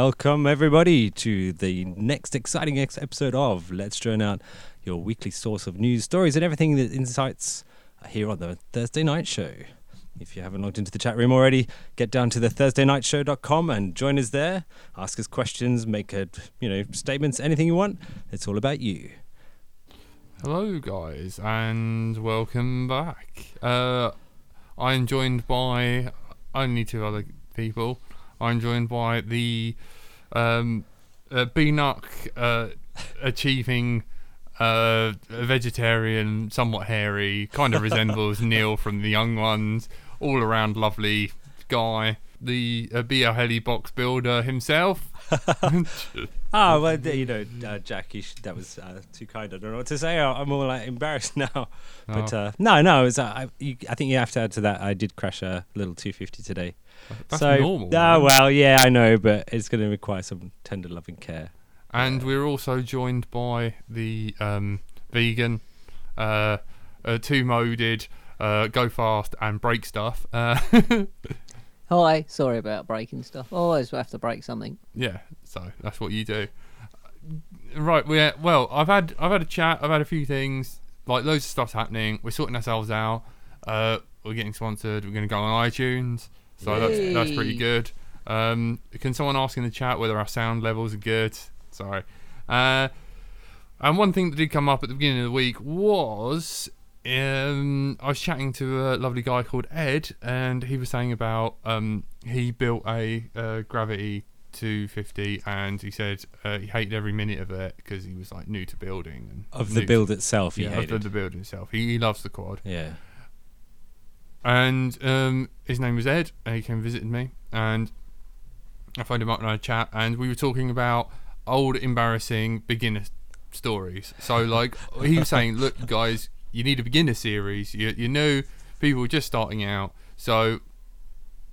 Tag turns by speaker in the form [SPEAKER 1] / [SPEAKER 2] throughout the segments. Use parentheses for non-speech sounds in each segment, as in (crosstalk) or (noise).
[SPEAKER 1] Welcome, everybody, to the next exciting ex- episode of Let's Drone Out, your weekly source of news, stories, and everything that insights are here on the Thursday Night Show. If you haven't logged into the chat room already, get down to the thursdaynightshow.com and join us there. Ask us questions, make a, you know statements, anything you want. It's all about you.
[SPEAKER 2] Hello, guys, and welcome back. Uh, I am joined by only two other people. I'm joined by the um, uh, BNUC uh, achieving uh, vegetarian, somewhat hairy, kind of resembles Neil from The Young Ones, all around lovely guy. The uh, BL Heli box builder himself.
[SPEAKER 1] Ah, well, th- you know, uh, Jack, you should, that was uh, too kind. I don't know what to say. I- I'm all like embarrassed (laughs)
[SPEAKER 2] Oh.
[SPEAKER 1] now. But uh, no, no, it's, uh, I, you, I think you have to add to that. I did crash a little 250 today.
[SPEAKER 2] That's
[SPEAKER 1] so,
[SPEAKER 2] normal,
[SPEAKER 1] Ah,
[SPEAKER 2] man.
[SPEAKER 1] well, yeah, I know, but it's going to require some tender loving care.
[SPEAKER 2] And we're also joined by the um, vegan, uh, uh, two moded, uh, go fast and break stuff. Uh, (laughs)
[SPEAKER 3] Hi, sorry about breaking stuff. I always have to break something.
[SPEAKER 2] yeah, so that's what you do. Right, we're well. I've had I've had a chat. I've had a few things. Like loads of stuff's happening. We're sorting ourselves out. Uh, we're getting sponsored. We're going to go on iTunes. So that's that's pretty
[SPEAKER 3] Yay.
[SPEAKER 2] good. Um, can someone ask in the chat whether our sound levels are good? Sorry. Uh, And one thing that did come up at the beginning of the week was um, I was chatting to a lovely guy called Ed, and he was saying about um, he built a uh, Gravity 250, and he said uh, he hated every minute of it because he was like new to building and
[SPEAKER 1] Of the
[SPEAKER 2] new-
[SPEAKER 1] build itself, you
[SPEAKER 2] yeah, of the,
[SPEAKER 1] hated.
[SPEAKER 2] the build itself. He, he loves the quad,
[SPEAKER 1] yeah.
[SPEAKER 2] and um, his name was Ed, and he came and visited me, and I phoned him up and I had a chat, and we were talking about old embarrassing beginner stories.
[SPEAKER 3] (laughs)
[SPEAKER 2] So like he was saying, look guys, you need a beginner series. You you know people are just starting out, so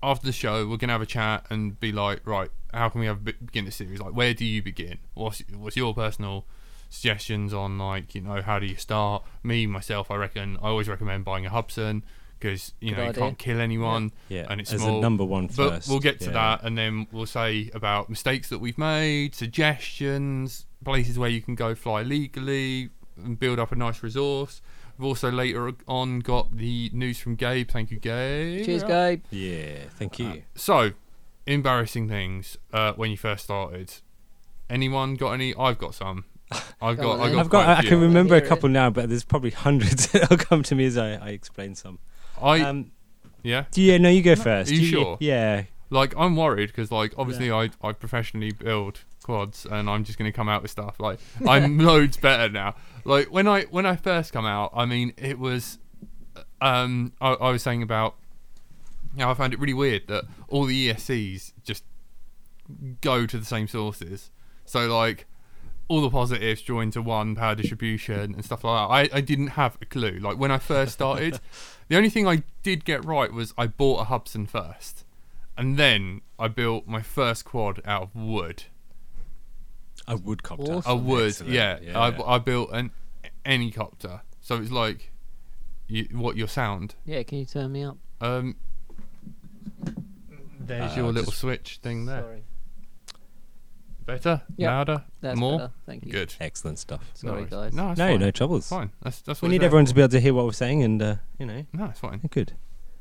[SPEAKER 2] after the show we're gonna have a chat and be like, right, how can we have a be- beginner series? Like where do you begin? What's what's your personal suggestions on like you know how do you start? Me myself, I reckon I always recommend buying a Hubson because you
[SPEAKER 3] Good
[SPEAKER 2] know
[SPEAKER 3] idea.
[SPEAKER 2] you can't kill anyone
[SPEAKER 1] Yeah,
[SPEAKER 2] and it's
[SPEAKER 1] as a
[SPEAKER 2] small.
[SPEAKER 1] number one
[SPEAKER 2] But
[SPEAKER 1] first,
[SPEAKER 2] we'll get to
[SPEAKER 1] yeah.
[SPEAKER 2] that, and then we'll say about mistakes that we've made, suggestions, places where you can go fly legally, and build up a nice resource. We've also later on got the news from Gabe. Thank you, Gabe.
[SPEAKER 3] Cheers, Gabe.
[SPEAKER 1] Yeah, thank you.
[SPEAKER 2] So, embarrassing things uh, when you first started. Anyone got any? I've got some. I've
[SPEAKER 3] (laughs) Go
[SPEAKER 2] got.
[SPEAKER 3] on
[SPEAKER 2] I
[SPEAKER 3] then.
[SPEAKER 2] Uh, got.
[SPEAKER 1] I've got. I, I can
[SPEAKER 2] remember.
[SPEAKER 1] remember a
[SPEAKER 3] Hear it.
[SPEAKER 1] couple now, but there's probably (laughs) hundreds that'll come to me as I, I explain some.
[SPEAKER 2] I
[SPEAKER 1] Um,
[SPEAKER 2] yeah.
[SPEAKER 1] do you, no, you go first.
[SPEAKER 2] you
[SPEAKER 1] Do
[SPEAKER 2] sure?
[SPEAKER 1] Yeah,
[SPEAKER 2] like I'm worried because like obviously I I professionally build quads and I'm just gonna come out with stuff like I'm (laughs) loads better now. Like when I when I first come out, I mean it was, um, I, I was saying about how I found it really weird that all the ESCs just go to the same sources. So like all the positives joined to one power distribution and stuff like that. I, I didn't have a clue. Like when I first started, the only thing I did get right was I bought a Hubson first. And then I built my first quad out of wood.
[SPEAKER 1] a woodcopter.
[SPEAKER 3] Awesome.
[SPEAKER 2] A wood,
[SPEAKER 1] Excellent,
[SPEAKER 2] yeah.
[SPEAKER 1] yeah.
[SPEAKER 2] I, I built an helicopter. So it's like, you, what, your sound?
[SPEAKER 3] Yeah, can you turn me up?
[SPEAKER 2] Um, there's
[SPEAKER 1] Uh,
[SPEAKER 2] your little
[SPEAKER 1] just-
[SPEAKER 2] switch thing there.
[SPEAKER 3] Sorry.
[SPEAKER 2] Better?
[SPEAKER 3] Yeah,
[SPEAKER 2] Louder?
[SPEAKER 3] That's
[SPEAKER 2] more?
[SPEAKER 3] better. Thank you.
[SPEAKER 2] Good.
[SPEAKER 1] Excellent stuff.
[SPEAKER 3] Sorry,
[SPEAKER 2] no,
[SPEAKER 3] guys.
[SPEAKER 2] No, it's
[SPEAKER 1] no,
[SPEAKER 2] fine.
[SPEAKER 1] no
[SPEAKER 2] It's
[SPEAKER 1] troubles.
[SPEAKER 2] fine. That's, that's what
[SPEAKER 1] We
[SPEAKER 2] it's
[SPEAKER 1] need
[SPEAKER 2] there
[SPEAKER 1] everyone to be able to hear what we're saying, and uh, you know,
[SPEAKER 2] for. No, it's fine.
[SPEAKER 1] they're good.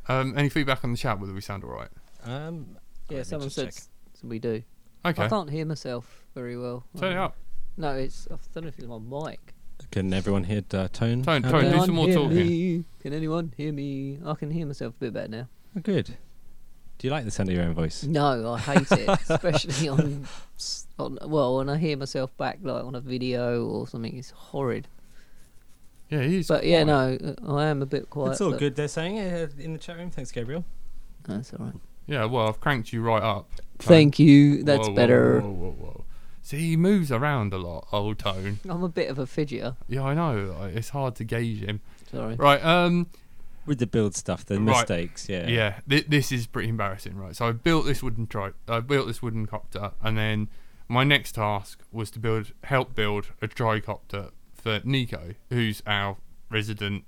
[SPEAKER 2] Um, any feedback on the chat whether we sound alright?
[SPEAKER 1] Um, Let
[SPEAKER 3] Yeah,
[SPEAKER 1] me
[SPEAKER 3] someone
[SPEAKER 1] just
[SPEAKER 3] said
[SPEAKER 1] check.
[SPEAKER 3] s- so we do.
[SPEAKER 2] Okay.
[SPEAKER 3] I can't hear myself very well.
[SPEAKER 2] Turn it
[SPEAKER 3] Um,
[SPEAKER 2] up.
[SPEAKER 3] No, it's. I don't know if it's my mic.
[SPEAKER 1] can everyone hear uh, tone?
[SPEAKER 2] Tone,
[SPEAKER 1] out there?
[SPEAKER 2] tone, do
[SPEAKER 3] Can
[SPEAKER 2] some more
[SPEAKER 3] hear
[SPEAKER 2] talking.
[SPEAKER 3] me? Can anyone hear me? I can hear myself a bit better now.
[SPEAKER 1] Oh, good. Do you like the sound of your own voice?
[SPEAKER 3] No, I hate
[SPEAKER 2] (laughs)
[SPEAKER 3] it, especially on, s- on. Well, when I hear myself back, like on a video or something, it's horrid.
[SPEAKER 2] Yeah, he's.
[SPEAKER 3] but yeah, no, uh, I am a bit quiet.
[SPEAKER 1] it's all
[SPEAKER 3] but-
[SPEAKER 1] good. They're saying uh, in the chat room. Thanks, Gabriel.
[SPEAKER 3] That's all right.
[SPEAKER 2] Yeah, well, I've cranked you right up.
[SPEAKER 3] Thank you. That's
[SPEAKER 2] Whoa, whoa,
[SPEAKER 3] better.
[SPEAKER 2] Whoa, whoa, whoa. See, he moves around a lot, old tone.
[SPEAKER 3] I'm a bit of a fidgeter.
[SPEAKER 2] Yeah, I know. like, It's hard to gauge him.
[SPEAKER 3] Sorry.
[SPEAKER 2] Right, um,
[SPEAKER 1] With the build stuff, the
[SPEAKER 2] Right.
[SPEAKER 1] mistakes. Yeah.
[SPEAKER 2] yeah, thi- this is pretty embarrassing, right? So I built this wooden tri- I built this wooden copter, and then my next task was to build, help build a tricopter for Nico, who's our resident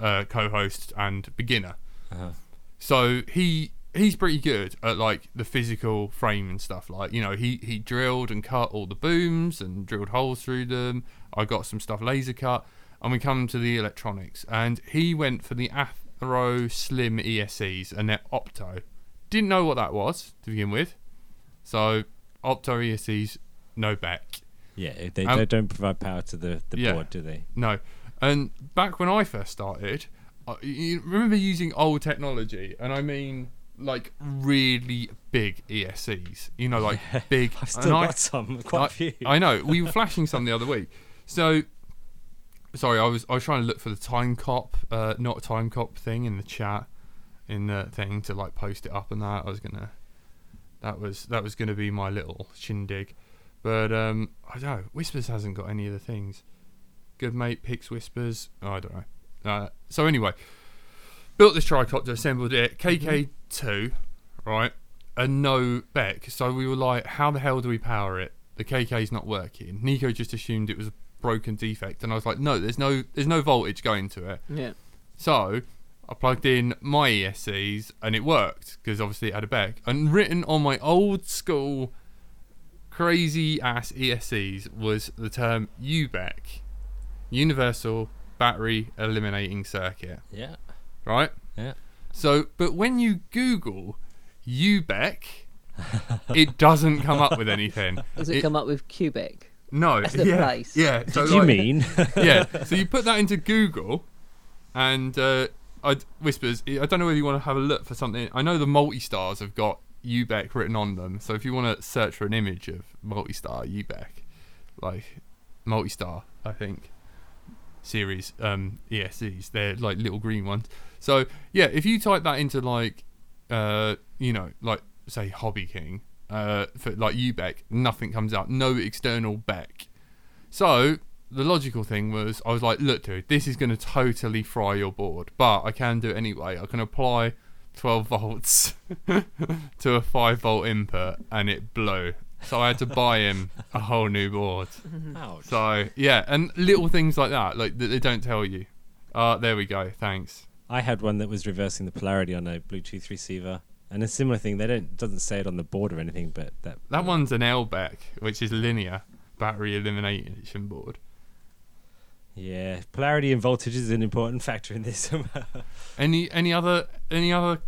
[SPEAKER 2] uh, co-host and beginner.
[SPEAKER 1] Uh-huh.
[SPEAKER 2] So he he's pretty good at like the physical frame and stuff. Like you know, he he drilled and cut all the booms and drilled holes through them. I got some stuff laser cut, and we come to the electronics, and he went for the Athro Slim ESCs and their Opto. Didn't know what that was to begin with, so Opto ESCs, no back.
[SPEAKER 1] Yeah, they,
[SPEAKER 2] Um,
[SPEAKER 1] they don't provide power to the, the
[SPEAKER 2] Yeah.
[SPEAKER 1] board, do they?
[SPEAKER 2] No. And back when I first started, I you remember using old technology, and I mean like really big ESCs. You
[SPEAKER 1] (laughs)
[SPEAKER 2] know, like big.
[SPEAKER 1] I've still
[SPEAKER 2] and I-
[SPEAKER 1] got some, quite
[SPEAKER 2] I,
[SPEAKER 1] a few.
[SPEAKER 2] I know. We were flashing some the other week. So, sorry, I was I was trying to look for the time cop, uh, not time cop thing in the chat, in the thing to like post it up and that. I was gonna, that was that was gonna be my little shindig, but um, I don't know. Whispers hasn't got any of the things. Good mate picks Whispers. Oh, I don't know. Uh, so anyway, built this tricopter, assembled it, KK two, right, and no Beck. So we were like, how the hell do we power it? The KK's not working. Nico just assumed it was a broken defect, and I was like, no, there's no there's no voltage going to it.
[SPEAKER 3] Yeah.
[SPEAKER 2] So I plugged in my ESCs and it worked because obviously it had a Beck. And written on my old school crazy ass ESCs was the term UBEC, Universal Battery Eliminating Circuit
[SPEAKER 1] yeah,
[SPEAKER 2] right?
[SPEAKER 1] Yeah.
[SPEAKER 2] So, but when you Google UBEC, it doesn't come up with anything.
[SPEAKER 3] (laughs) Does it, come up with Quebec?
[SPEAKER 2] No.
[SPEAKER 3] as the
[SPEAKER 2] yeah.
[SPEAKER 3] place?
[SPEAKER 2] Yeah. So
[SPEAKER 1] do you
[SPEAKER 2] like- (laughs)
[SPEAKER 1] mean?
[SPEAKER 2] yeah. So you put that into Google, and uh, I whispers. I don't know whether you want to have a look for something. I know the multi-stars have got UBEC written on them. So if you want to search for an image of multi-star UBEC, like multi-star, I think series um ESCs, they're like little green ones. So yeah, if you type that into like, uh, you know, like say Hobby King. Uh, for like UBEC, nothing comes up. No external Beck. So the logical thing was, I was like, look, dude, this is going to totally fry your board, but I can do it anyway. I can apply 12 volts (laughs) to a 5 volt input, and it blew. So I had to buy him a whole new board.
[SPEAKER 1] Ouch.
[SPEAKER 2] So yeah, and little things like that, like that they don't tell you. Uh, there we go. Thanks.
[SPEAKER 1] I had one that was reversing the polarity on a Bluetooth receiver, and a similar thing. They don't doesn't say it on the board or anything, but that
[SPEAKER 2] That one's an LBEC, which is linear battery elimination board.
[SPEAKER 1] yeah, polarity and voltage is an important (laughs) factor in this.
[SPEAKER 2] Any any other any other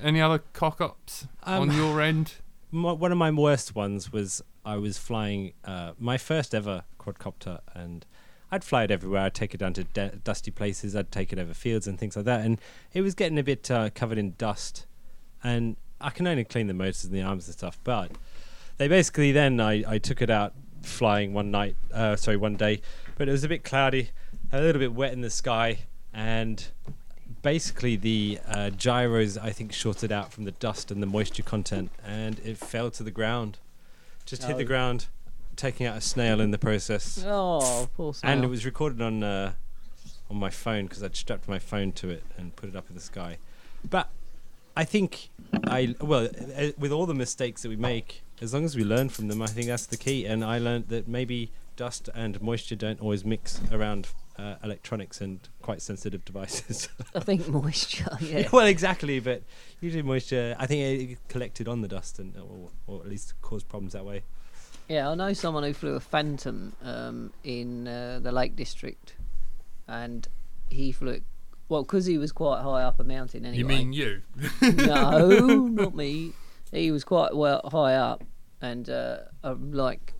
[SPEAKER 2] any other cock ups
[SPEAKER 1] Um,
[SPEAKER 2] on your end?
[SPEAKER 1] my, one of my worst ones was I was flying uh, my first ever quadcopter, and I'd fly it everywhere. I'd take it down to de- dusty places. I'd take it over fields and things like that. And it was getting a bit uh, covered in dust, and I can only clean the motors and the arms and stuff. But they basically then I, I took it out flying one night, uh, sorry, one day, but it was a bit cloudy, a little bit wet in the sky, and basically the uh, gyros I think shorted out from the dust and the moisture content, and it fell to the ground, just hit the
[SPEAKER 3] Oh.
[SPEAKER 1] ground, taking out a snail in the process,
[SPEAKER 3] Oh, poor
[SPEAKER 1] and it
[SPEAKER 3] snail.
[SPEAKER 1] was recorded on uh, on my phone because I'd strapped my phone to it and put it up in the sky, but I think I well uh, with all the mistakes that we make, as long as we learn from them, I think that's the key. And I learned that maybe dust and moisture don't always mix around uh, electronics and quite sensitive devices. (laughs)
[SPEAKER 3] I think moisture. (laughs) Yeah.
[SPEAKER 1] well, exactly, but usually moisture, I think it collected on the dust and or, or at least caused problems that way.
[SPEAKER 3] Yeah, I know someone who flew a Phantom um, in uh, the Lake District, and he flew it. Well, 'cause he was quite high up a mountain anyway.
[SPEAKER 2] You mean you?
[SPEAKER 3] no, (laughs) not me. He was quite well high up, and uh, um, like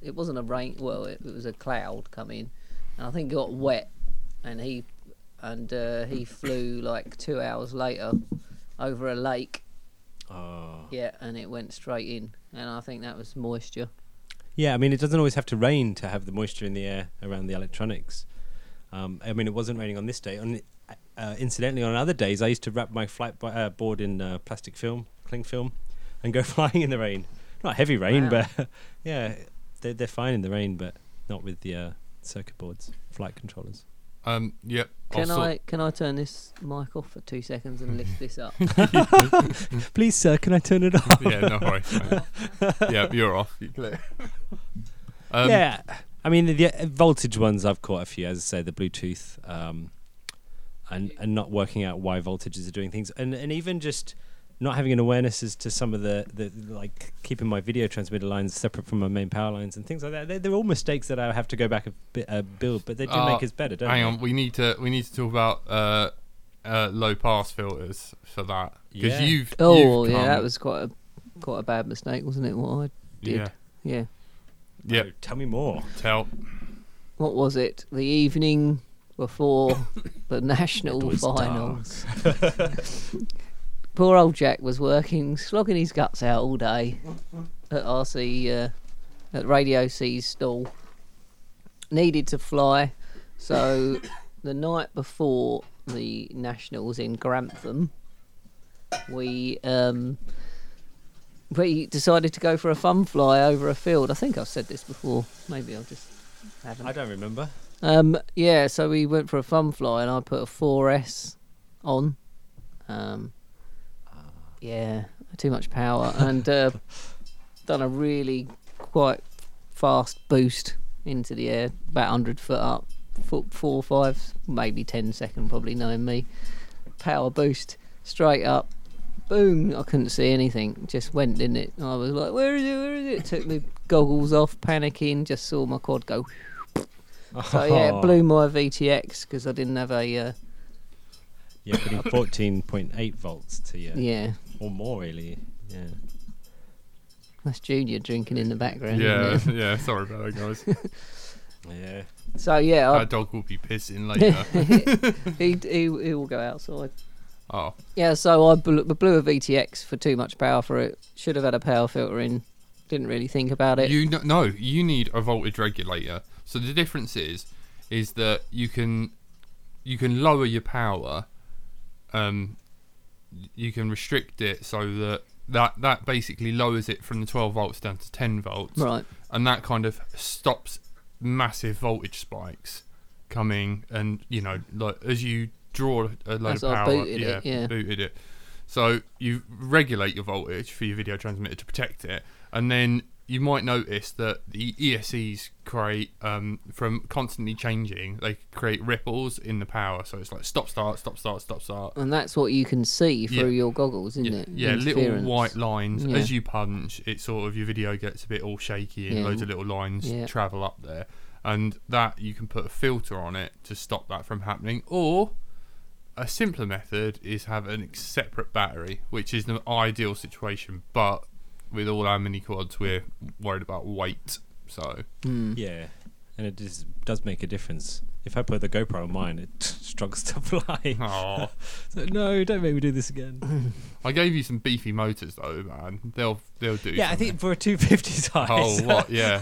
[SPEAKER 3] it wasn't a rain. Well, it, it was a cloud coming, and I think it got wet, and he and uh, he flew like two hours later over a lake.
[SPEAKER 1] Oh.
[SPEAKER 3] Yeah, and it went straight in, and I think that was moisture.
[SPEAKER 1] Yeah, I mean, it doesn't always have to rain to have the moisture in the air around the electronics. Um, I mean, it wasn't raining on this day. On, uh, incidentally, on other days, I used to wrap my flight bo- uh, board in uh, plastic film, cling film, (laughs) and go flying in the rain. Not heavy rain,
[SPEAKER 3] Wow.
[SPEAKER 1] but (laughs) yeah, they're, they're fine in the rain, but not with the uh, circuit boards, flight controllers. (laughs)
[SPEAKER 2] Um. Yep. I'll
[SPEAKER 3] Can
[SPEAKER 2] sort-
[SPEAKER 3] I can I turn this mic off for two seconds and lift
[SPEAKER 2] (laughs)
[SPEAKER 3] this up?
[SPEAKER 1] Please, sir, can I turn it off?
[SPEAKER 2] yeah. No worries. mate.
[SPEAKER 3] (laughs)
[SPEAKER 2] yeah. You're off. You (laughs) clear. Um,
[SPEAKER 1] yeah, I mean the, the voltage ones I've caught a few. As I say, the Bluetooth, um, and and not working out why voltages are doing things, and and even just not having an awareness as to some of the, the like keeping my video transmitter lines separate from my main power lines and things like that. They're, they're all mistakes that I have to go back a bit, uh, build, but they do
[SPEAKER 2] Uh,
[SPEAKER 1] make us better, don't
[SPEAKER 2] Hang
[SPEAKER 1] they?
[SPEAKER 2] on, we need to we need to talk about uh, uh, low pass filters for that because
[SPEAKER 1] Yeah.
[SPEAKER 2] you've
[SPEAKER 3] Oh
[SPEAKER 2] you've
[SPEAKER 3] yeah,
[SPEAKER 2] come-
[SPEAKER 3] that was quite a quite a bad mistake, wasn't it? What I did.
[SPEAKER 2] yeah
[SPEAKER 3] yeah.
[SPEAKER 2] yeah
[SPEAKER 1] Oh, tell me more.
[SPEAKER 2] tell
[SPEAKER 3] What was it? The evening
[SPEAKER 1] (coughs)
[SPEAKER 3] before the national
[SPEAKER 1] was
[SPEAKER 3] finals. Poor old Jack was working, slogging his guts out all day at RC, uh, at Radio C's stall. Needed to fly, so (coughs) the night before the nationals in Grantham, we um, we decided to go for a fun fly over a field. I think I've said this before. Maybe I'll just haven't.
[SPEAKER 1] I don't remember.
[SPEAKER 3] Um, yeah, so we went for a fun fly, and I put a 4S on. Um, yeah, too much power, and uh, done a really quite fast boost into the air, about 100 foot up, foot four, five, maybe 10 second, probably knowing me. Power boost straight up. Boom! I couldn't see anything. Just went, didn't it? I was like, "Where is it? Where is it?" Took my goggles off, panicking. Just saw my quad go so yeah, it blew my VTX because I didn't have a uh,
[SPEAKER 1] Yeah,
[SPEAKER 3] (laughs)
[SPEAKER 1] putting fourteen point eight volts to you,
[SPEAKER 3] yeah.
[SPEAKER 1] or more really. Yeah.
[SPEAKER 3] That's Junior drinking in the background.
[SPEAKER 2] yeah
[SPEAKER 3] isn't
[SPEAKER 2] yeah sorry about that guys
[SPEAKER 1] Yeah.
[SPEAKER 3] it? So yeah, I,
[SPEAKER 2] (laughs) that dog will be pissing
[SPEAKER 3] (laughs)
[SPEAKER 2] later
[SPEAKER 3] he, he he will go outside.
[SPEAKER 2] oh
[SPEAKER 3] Yeah, so I blew, blew a VTX for too much power for it. Should have had a power filter in. Didn't really think about it.
[SPEAKER 2] You kn- no, you need a voltage regulator. So the difference is, is that you can, you can lower your power, um, you can restrict it so that that that basically lowers it from the 12 volts down to 10 volts,
[SPEAKER 3] right.
[SPEAKER 2] and that kind of stops massive voltage spikes coming. And you know, like as you draw a load
[SPEAKER 3] That's
[SPEAKER 2] of
[SPEAKER 3] what I
[SPEAKER 2] power,
[SPEAKER 3] booted it, yeah.
[SPEAKER 2] booted it. So you regulate your voltage for your video transmitter to protect it, and then you might notice that the ESCs create um, from constantly changing. They create ripples in the power, so it's like stop, start, stop, start, stop, start.
[SPEAKER 3] And that's what you can see
[SPEAKER 2] Yeah.
[SPEAKER 3] through your goggles, isn't
[SPEAKER 2] Yeah,
[SPEAKER 3] it?
[SPEAKER 2] yeah little
[SPEAKER 3] Interference.
[SPEAKER 2] white lines
[SPEAKER 3] Yeah.
[SPEAKER 2] as you punch. It sort of your video gets a bit all shaky and
[SPEAKER 3] Yeah.
[SPEAKER 2] loads of little lines
[SPEAKER 3] Yeah.
[SPEAKER 2] travel up there, and that you can put a filter on it to stop that from happening. Or a simpler method is have an ex- separate battery, which is the ideal situation. But with all our mini quads, we're worried about weight,
[SPEAKER 1] (laughs)
[SPEAKER 2] so
[SPEAKER 3] Hmm.
[SPEAKER 1] Yeah, and it is, does make a difference. If I put the GoPro on mine, it (laughs) struggles to
[SPEAKER 2] (laughs)
[SPEAKER 1] fly.
[SPEAKER 2] Aw.
[SPEAKER 1] So, no, don't make me do this
[SPEAKER 2] (laughs)
[SPEAKER 1] again.
[SPEAKER 2] I gave you some beefy motors though, man. They'll they'll do.
[SPEAKER 1] yeah, I
[SPEAKER 2] something.
[SPEAKER 1] think for a 250 size. (laughs)
[SPEAKER 2] Oh what? Yeah.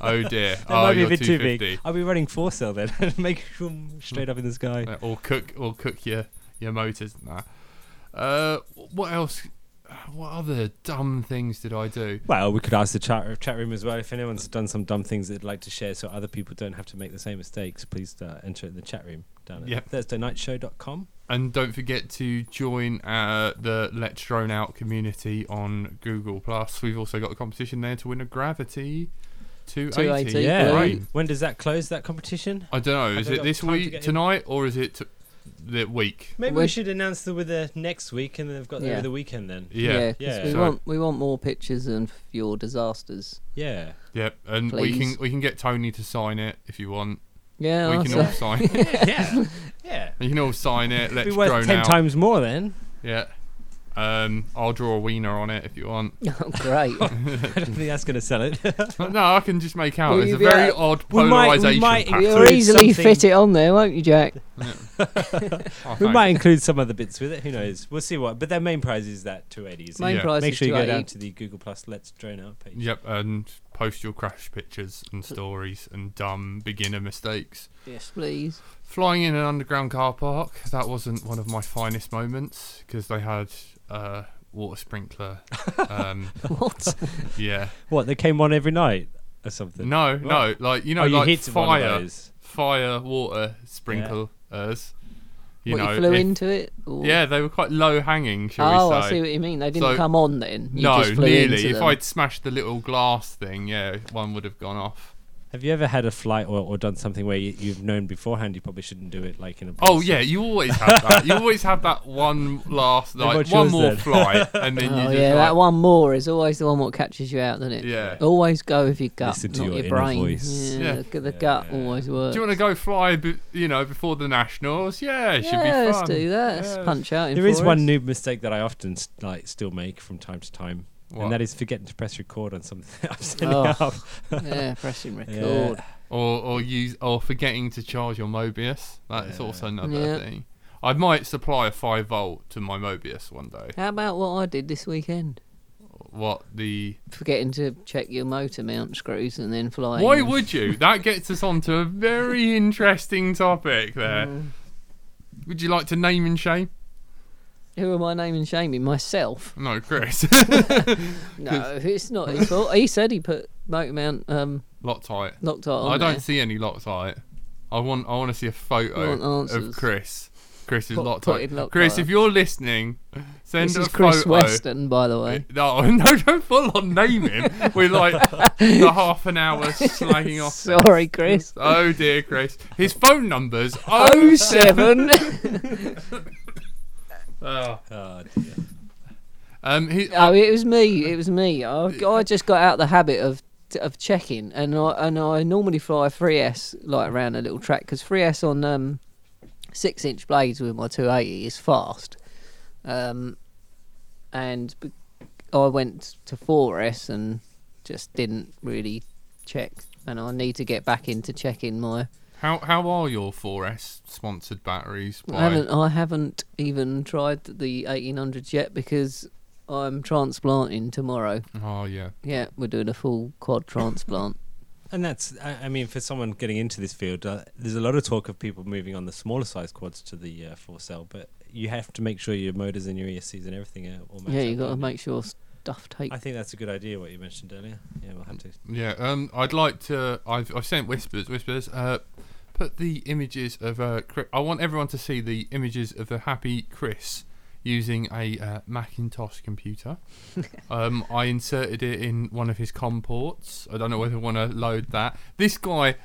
[SPEAKER 2] Oh dear.
[SPEAKER 1] That
[SPEAKER 2] oh,
[SPEAKER 1] might be a
[SPEAKER 2] you're
[SPEAKER 1] bit too big.
[SPEAKER 2] 250.
[SPEAKER 1] I'll be running four cell then (laughs) and make them straight up in the sky.
[SPEAKER 2] Uh, or cook or cook your your motors and that. Uh, what else? What other dumb things did I do?
[SPEAKER 1] Well, we could ask the chat, chat room as well. If anyone's done some dumb things they'd like to share so other people don't have to make the same mistakes, please uh, enter it in the chat room down at
[SPEAKER 2] Yep.
[SPEAKER 1] ThursdayNightShow.com.
[SPEAKER 2] And don't forget to join uh, the Let's Drone Out community on Google Plus. We've also got a competition there to win a Gravity 280.
[SPEAKER 3] 280,
[SPEAKER 1] Yeah.
[SPEAKER 2] Right.
[SPEAKER 1] When does that close, that competition?
[SPEAKER 2] I don't know.
[SPEAKER 1] Have
[SPEAKER 2] Is
[SPEAKER 1] they
[SPEAKER 2] it
[SPEAKER 1] got
[SPEAKER 2] this
[SPEAKER 1] time to
[SPEAKER 2] week
[SPEAKER 1] get in?
[SPEAKER 2] tonight or is it t- the week?
[SPEAKER 1] Maybe
[SPEAKER 3] When-
[SPEAKER 1] we should announce the with the next week and then they've got the,
[SPEAKER 3] Yeah.
[SPEAKER 1] over the weekend then.
[SPEAKER 2] Yeah.
[SPEAKER 3] Yeah, 'cause
[SPEAKER 1] Yeah.
[SPEAKER 3] we
[SPEAKER 2] So-
[SPEAKER 3] want we want more pictures of your disasters.
[SPEAKER 1] Yeah.
[SPEAKER 2] Yep. And we
[SPEAKER 3] Please.
[SPEAKER 2] can we can get Tony to sign it if you want.
[SPEAKER 3] Yeah,
[SPEAKER 2] we
[SPEAKER 3] I'll
[SPEAKER 2] can
[SPEAKER 3] say-
[SPEAKER 2] all sign. it.
[SPEAKER 1] (laughs) yeah, yeah.
[SPEAKER 2] You can all sign it. Let's
[SPEAKER 1] It'd (laughs) be worth
[SPEAKER 2] drone
[SPEAKER 1] ten
[SPEAKER 2] out.
[SPEAKER 1] times more then. (laughs)
[SPEAKER 2] Yeah. Um, I'll draw a wiener on it if
[SPEAKER 1] (laughs)
[SPEAKER 2] you want.
[SPEAKER 3] (laughs) oh,
[SPEAKER 2] (laughs)
[SPEAKER 3] great.
[SPEAKER 1] I don't think that's going to sell it.
[SPEAKER 2] But no, I can just make out.
[SPEAKER 3] Will
[SPEAKER 2] It's
[SPEAKER 3] you
[SPEAKER 2] a
[SPEAKER 3] be
[SPEAKER 2] very
[SPEAKER 3] able-
[SPEAKER 2] odd
[SPEAKER 1] We might- we
[SPEAKER 2] polarization
[SPEAKER 1] might-
[SPEAKER 2] pattern.
[SPEAKER 3] You'll
[SPEAKER 1] Include
[SPEAKER 3] easily
[SPEAKER 1] something-
[SPEAKER 3] fit it on there, won't you, Jack?
[SPEAKER 2] Oh,
[SPEAKER 1] we
[SPEAKER 2] thanks.
[SPEAKER 1] might include some other bits with it. Who knows? We'll see what. But their main prize is that 280. So
[SPEAKER 3] Main
[SPEAKER 2] Yeah.
[SPEAKER 3] prize
[SPEAKER 1] make
[SPEAKER 3] is
[SPEAKER 1] sure you go
[SPEAKER 3] 280.
[SPEAKER 1] down to the Google Plus Let's Drone Out page.
[SPEAKER 2] Yep, and post your crash pictures and stories and dumb beginner mistakes.
[SPEAKER 3] Yes, please. (laughs)
[SPEAKER 2] Flying in an underground car park, that wasn't one of my finest moments because they had uh, water sprinkler.
[SPEAKER 1] (laughs)
[SPEAKER 2] Um,
[SPEAKER 3] What?
[SPEAKER 2] yeah.
[SPEAKER 1] What? They came on every night or something?
[SPEAKER 2] No,
[SPEAKER 1] What?
[SPEAKER 2] no, like, you know,
[SPEAKER 1] oh, you
[SPEAKER 2] like
[SPEAKER 1] hit one of
[SPEAKER 2] fire,
[SPEAKER 1] those.
[SPEAKER 2] fire, water sprinklers. You
[SPEAKER 3] what,
[SPEAKER 2] know,
[SPEAKER 3] you flew
[SPEAKER 2] if-
[SPEAKER 3] into it? Or...
[SPEAKER 2] Yeah, they were quite low hanging, shall
[SPEAKER 3] Oh,
[SPEAKER 2] we say.
[SPEAKER 3] I see what you mean. They didn't
[SPEAKER 2] So-
[SPEAKER 3] come on then. You
[SPEAKER 2] no,
[SPEAKER 3] just flew
[SPEAKER 2] nearly.
[SPEAKER 3] Into
[SPEAKER 2] If
[SPEAKER 3] them.
[SPEAKER 2] I'd smashed the little glass thing, yeah, one would have gone off.
[SPEAKER 1] Have you ever had a flight or, or done something where you, you've known beforehand you probably shouldn't do it, like in a
[SPEAKER 2] Oh
[SPEAKER 1] place?
[SPEAKER 2] yeah, you always have that. You always have that one last like
[SPEAKER 1] about
[SPEAKER 2] one
[SPEAKER 1] yours
[SPEAKER 2] more
[SPEAKER 1] then?
[SPEAKER 2] flight, and then you
[SPEAKER 3] Oh
[SPEAKER 2] just
[SPEAKER 3] yeah,
[SPEAKER 2] like,
[SPEAKER 3] that one more is always the one what catches you out, doesn't it?
[SPEAKER 2] Yeah.
[SPEAKER 3] Always go with your gut,
[SPEAKER 1] Listen to
[SPEAKER 3] not
[SPEAKER 1] your
[SPEAKER 3] your,
[SPEAKER 1] inner
[SPEAKER 3] brain.
[SPEAKER 1] voice.
[SPEAKER 3] Yeah,
[SPEAKER 2] Yeah.
[SPEAKER 3] The, the
[SPEAKER 1] Yeah,
[SPEAKER 3] gut
[SPEAKER 1] yeah.
[SPEAKER 3] always works.
[SPEAKER 2] Do you want to go fly? be- You know, before the nationals? Yeah, it should be
[SPEAKER 3] yeah,
[SPEAKER 2] fun.
[SPEAKER 3] let's do that. Let's
[SPEAKER 2] Yes.
[SPEAKER 3] punch out. in
[SPEAKER 1] There is
[SPEAKER 3] for
[SPEAKER 1] one
[SPEAKER 3] us.
[SPEAKER 1] noob mistake that I often s- like still make from time to time,
[SPEAKER 2] What?
[SPEAKER 1] and that is forgetting to press record on something (laughs) that I'm sending
[SPEAKER 3] Oh.
[SPEAKER 1] out.
[SPEAKER 3] yeah,
[SPEAKER 1] (laughs)
[SPEAKER 3] pressing record.
[SPEAKER 2] or or use or forgetting to charge your Mobius. That's
[SPEAKER 1] Yeah.
[SPEAKER 2] also another
[SPEAKER 3] Yeah.
[SPEAKER 2] thing. I might supply a five volt to my Mobius one day.
[SPEAKER 3] How about what I did this weekend?
[SPEAKER 2] What the?
[SPEAKER 3] Forgetting to check your motor mount screws and then flying.
[SPEAKER 2] Why would you? That gets us onto a very interesting topic. There.
[SPEAKER 3] Mm.
[SPEAKER 2] Would you like to name and shame?
[SPEAKER 3] Who am I naming shaming?
[SPEAKER 2] (laughs)
[SPEAKER 3] Myself.
[SPEAKER 2] No, Chris.
[SPEAKER 3] No, it's not his fault. He said he put motor mount um,
[SPEAKER 2] Loctite.
[SPEAKER 3] Loctite on
[SPEAKER 2] I don't
[SPEAKER 3] there.
[SPEAKER 2] see any Loctite. I want I want to see a photo
[SPEAKER 3] want
[SPEAKER 2] of
[SPEAKER 3] answers.
[SPEAKER 2] Chris. Chris is
[SPEAKER 3] Put-
[SPEAKER 2] Loctite.
[SPEAKER 3] put in Loctite.
[SPEAKER 2] Chris, if you're listening, send
[SPEAKER 3] This
[SPEAKER 2] a
[SPEAKER 3] is Chris
[SPEAKER 2] photo.
[SPEAKER 3] Weston, by the way.
[SPEAKER 2] (laughs) No, (laughs) no, don't full on name him. We're like
[SPEAKER 3] (laughs)
[SPEAKER 2] the half an hour slagging off.
[SPEAKER 3] Sorry, Chris.
[SPEAKER 2] Oh dear, Chris. His phone number's
[SPEAKER 3] Oh
[SPEAKER 2] oh seven.
[SPEAKER 3] seven.
[SPEAKER 2] Oh.
[SPEAKER 1] Oh, dear.
[SPEAKER 2] Um, he,
[SPEAKER 3] (laughs) Oh, it was me. It was me. I, I just got out the habit of of checking, and I and I normally fly 3s like around a little track because 3s on um six inch blades with my 280 is fast, um, and be- I went to 4s and just didn't really check, and I need to get back into checking my.
[SPEAKER 2] how how are your 4S sponsored batteries?
[SPEAKER 3] I haven't I haven't even tried the 1800s yet because I'm transplanting tomorrow.
[SPEAKER 2] Oh yeah.
[SPEAKER 3] Yeah, we're doing a full
[SPEAKER 2] (laughs)
[SPEAKER 3] quad transplant.
[SPEAKER 1] And that's, I, I mean, for someone getting into this field, uh, there's a lot of talk of people moving on the smaller size quads to the uh, four cell, but you have to make sure your motors and your ESCs and everything are all matched
[SPEAKER 3] yeah,
[SPEAKER 1] up,
[SPEAKER 3] you got to
[SPEAKER 1] don't
[SPEAKER 3] make sure stuff takes.
[SPEAKER 1] I think that's a good idea. What you mentioned earlier. Yeah, we'll have to.
[SPEAKER 2] Yeah, um, I'd like to. I've, I've sent whispers, whispers. Uh, put the images of. Uh, Chri- I want everyone to see the images of the happy Chris using a uh, Macintosh
[SPEAKER 3] (laughs)
[SPEAKER 2] computer. um, I inserted it in one of his COM ports. I don't know whether I want to load that. This guy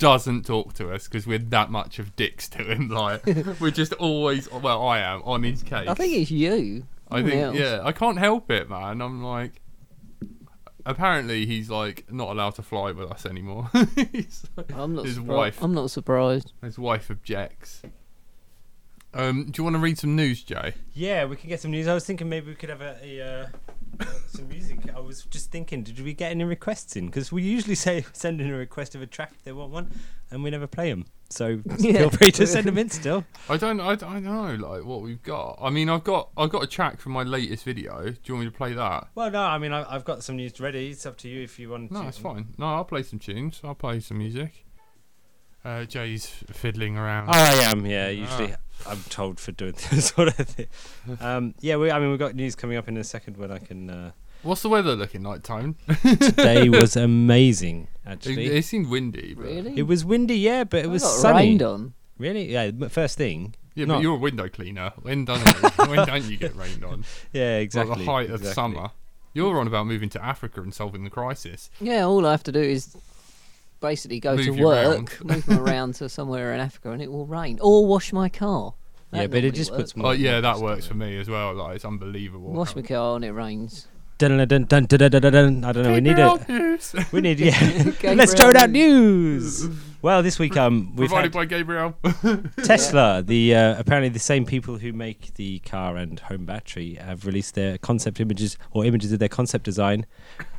[SPEAKER 2] doesn't talk to us because we're that much of dicks to him. Like we're just always. Well, I am on his case.
[SPEAKER 3] I think it's you.
[SPEAKER 2] I
[SPEAKER 3] Someone
[SPEAKER 2] think
[SPEAKER 3] else.
[SPEAKER 2] yeah, I can't help it, man. I'm like, apparently he's like not allowed to fly with us anymore. (laughs) He's like-
[SPEAKER 3] I'm not
[SPEAKER 2] his
[SPEAKER 3] surpri-
[SPEAKER 2] wife.
[SPEAKER 3] I'm not surprised.
[SPEAKER 2] his wife objects. Um, do you want to read some news, Jay?
[SPEAKER 1] Yeah, we can get some news. I was thinking maybe we could have a, a uh, (coughs) some music. I was just thinking, did we get any requests in? Because we usually say (laughs) send in a request of a track if they want one, and we never play them. (laughs) So
[SPEAKER 3] Yeah.
[SPEAKER 1] feel free to send them in still.
[SPEAKER 2] I don't, I don't know, like what we've got. I mean, I've got, I've got a track from my latest video. Do you want me to play that?
[SPEAKER 1] Well, no, I mean I, I've got some news ready. It's up to you if you want.
[SPEAKER 2] No,
[SPEAKER 1] to.
[SPEAKER 2] it's fine. No, I'll play some tunes. I'll play some music. Uh, Jay's fiddling around.
[SPEAKER 1] I am, yeah. Usually, I'm told for doing (laughs) this sort of thing. Um, yeah, we, I mean, we've got news coming up in a second when I can. Uh...
[SPEAKER 2] What's the weather looking like, Tone?
[SPEAKER 1] (laughs) Today was amazing,
[SPEAKER 2] It,
[SPEAKER 1] actually. It,
[SPEAKER 2] it seemed windy. But,
[SPEAKER 3] Really?
[SPEAKER 1] was windy, yeah, but it
[SPEAKER 3] I
[SPEAKER 1] was
[SPEAKER 3] got
[SPEAKER 1] sunny.
[SPEAKER 3] rained on.
[SPEAKER 1] Really? Yeah. m- First thing.
[SPEAKER 2] Yeah,
[SPEAKER 1] No.
[SPEAKER 2] but you're a window cleaner. When don't
[SPEAKER 1] (laughs)
[SPEAKER 2] you, when don't you get rained on?
[SPEAKER 1] Yeah,
[SPEAKER 2] Like
[SPEAKER 1] exactly.
[SPEAKER 2] the height of
[SPEAKER 1] exactly.
[SPEAKER 2] summer. You're on about moving to Africa and solving the crisis.
[SPEAKER 3] Yeah, all I have to do is basically go
[SPEAKER 2] Move
[SPEAKER 3] to
[SPEAKER 2] you
[SPEAKER 3] work,
[SPEAKER 2] (laughs)
[SPEAKER 3] move them around to somewhere in Africa, and it will rain. Or wash my car. That
[SPEAKER 1] Mm. Yeah, but it
[SPEAKER 3] normally
[SPEAKER 1] just
[SPEAKER 3] works.
[SPEAKER 1] puts more.
[SPEAKER 2] Oh yeah, that works for me as well. Like it's unbelievable.
[SPEAKER 3] Wash my car and it rains.
[SPEAKER 1] Dun, dun, dun, dun, dun, dun, dun, dun. I don't know. We need it.
[SPEAKER 2] it.
[SPEAKER 1] We need (laughs)
[SPEAKER 3] (laughs)
[SPEAKER 1] yeah.
[SPEAKER 3] Gabriel
[SPEAKER 1] Let's throw out
[SPEAKER 3] News.
[SPEAKER 1] news. Well, this week um we've
[SPEAKER 2] Provided
[SPEAKER 1] had
[SPEAKER 2] by Gabriel.
[SPEAKER 1] Tesla. The uh, apparently the same people who make the car and home battery have released their concept images or images of their concept design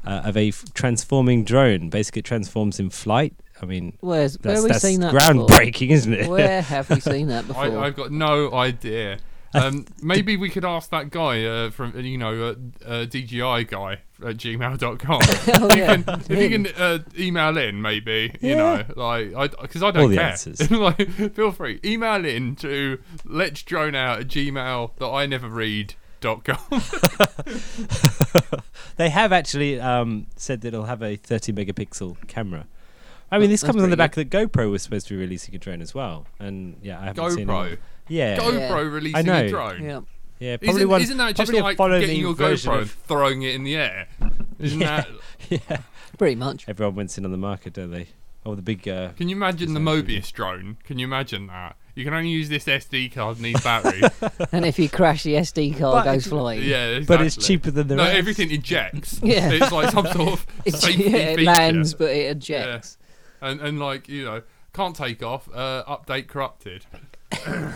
[SPEAKER 1] uh, of a f- transforming drone. Basically, it transforms in flight. I mean,
[SPEAKER 3] Where's where
[SPEAKER 1] that's,
[SPEAKER 3] have we
[SPEAKER 1] that's
[SPEAKER 3] seen that?
[SPEAKER 1] groundbreaking, isn't it?
[SPEAKER 3] Before? Where have we seen
[SPEAKER 2] (laughs)
[SPEAKER 3] that
[SPEAKER 2] I,
[SPEAKER 3] before?
[SPEAKER 2] I've got no idea. Um, maybe we could ask that guy uh, from uh, you know uh, uh, DGI guy at
[SPEAKER 1] (laughs)
[SPEAKER 2] gmail.com.
[SPEAKER 3] oh, yeah.
[SPEAKER 2] if you can uh, email in, maybe you
[SPEAKER 1] Yeah.
[SPEAKER 2] know, like because I, don't
[SPEAKER 1] All the
[SPEAKER 2] care.
[SPEAKER 1] answers.
[SPEAKER 2] (laughs) like, feel free, email in to let's drone out at gmail that I never read. Dot com.
[SPEAKER 1] (laughs) They have actually um, said that it'll have a 30 megapixel camera. I mean, this
[SPEAKER 3] That's
[SPEAKER 1] comes on the
[SPEAKER 3] pretty
[SPEAKER 1] back that GoPro was supposed to be releasing a drone as well, and yeah, I haven't seen.
[SPEAKER 2] GoPro.
[SPEAKER 1] it. Yeah,
[SPEAKER 2] GoPro
[SPEAKER 3] Yeah.
[SPEAKER 2] releasing
[SPEAKER 1] I know.
[SPEAKER 2] a drone.
[SPEAKER 3] yeah.
[SPEAKER 1] yeah, probably
[SPEAKER 2] Isn't,
[SPEAKER 1] one.
[SPEAKER 2] isn't that just
[SPEAKER 1] probably a
[SPEAKER 2] like
[SPEAKER 1] following
[SPEAKER 2] getting your
[SPEAKER 1] version
[SPEAKER 2] GoPro and
[SPEAKER 1] of-
[SPEAKER 2] throwing it in the air? Isn't
[SPEAKER 1] Yeah.
[SPEAKER 2] that
[SPEAKER 1] yeah,
[SPEAKER 3] Pretty much.
[SPEAKER 1] everyone went in on the market, don't they? Oh, the big. Uh,
[SPEAKER 2] Can you imagine the
[SPEAKER 1] Exactly.
[SPEAKER 2] Mobius drone? Can you imagine that? You can only use this SD
[SPEAKER 1] (laughs)
[SPEAKER 2] card and these batteries.
[SPEAKER 3] and if you crash, the SD
[SPEAKER 1] But-
[SPEAKER 3] card goes flying. (laughs)
[SPEAKER 2] yeah, exactly.
[SPEAKER 1] But it's cheaper than the
[SPEAKER 2] No,
[SPEAKER 1] rest.
[SPEAKER 2] everything ejects.
[SPEAKER 3] Yeah.
[SPEAKER 2] It's like some sort of
[SPEAKER 3] (laughs) It's-
[SPEAKER 2] safety
[SPEAKER 3] yeah, it
[SPEAKER 2] feature.
[SPEAKER 3] lands, but it ejects.
[SPEAKER 2] and and like you know can't take off uh, update
[SPEAKER 3] (laughs)
[SPEAKER 2] corrupted uh,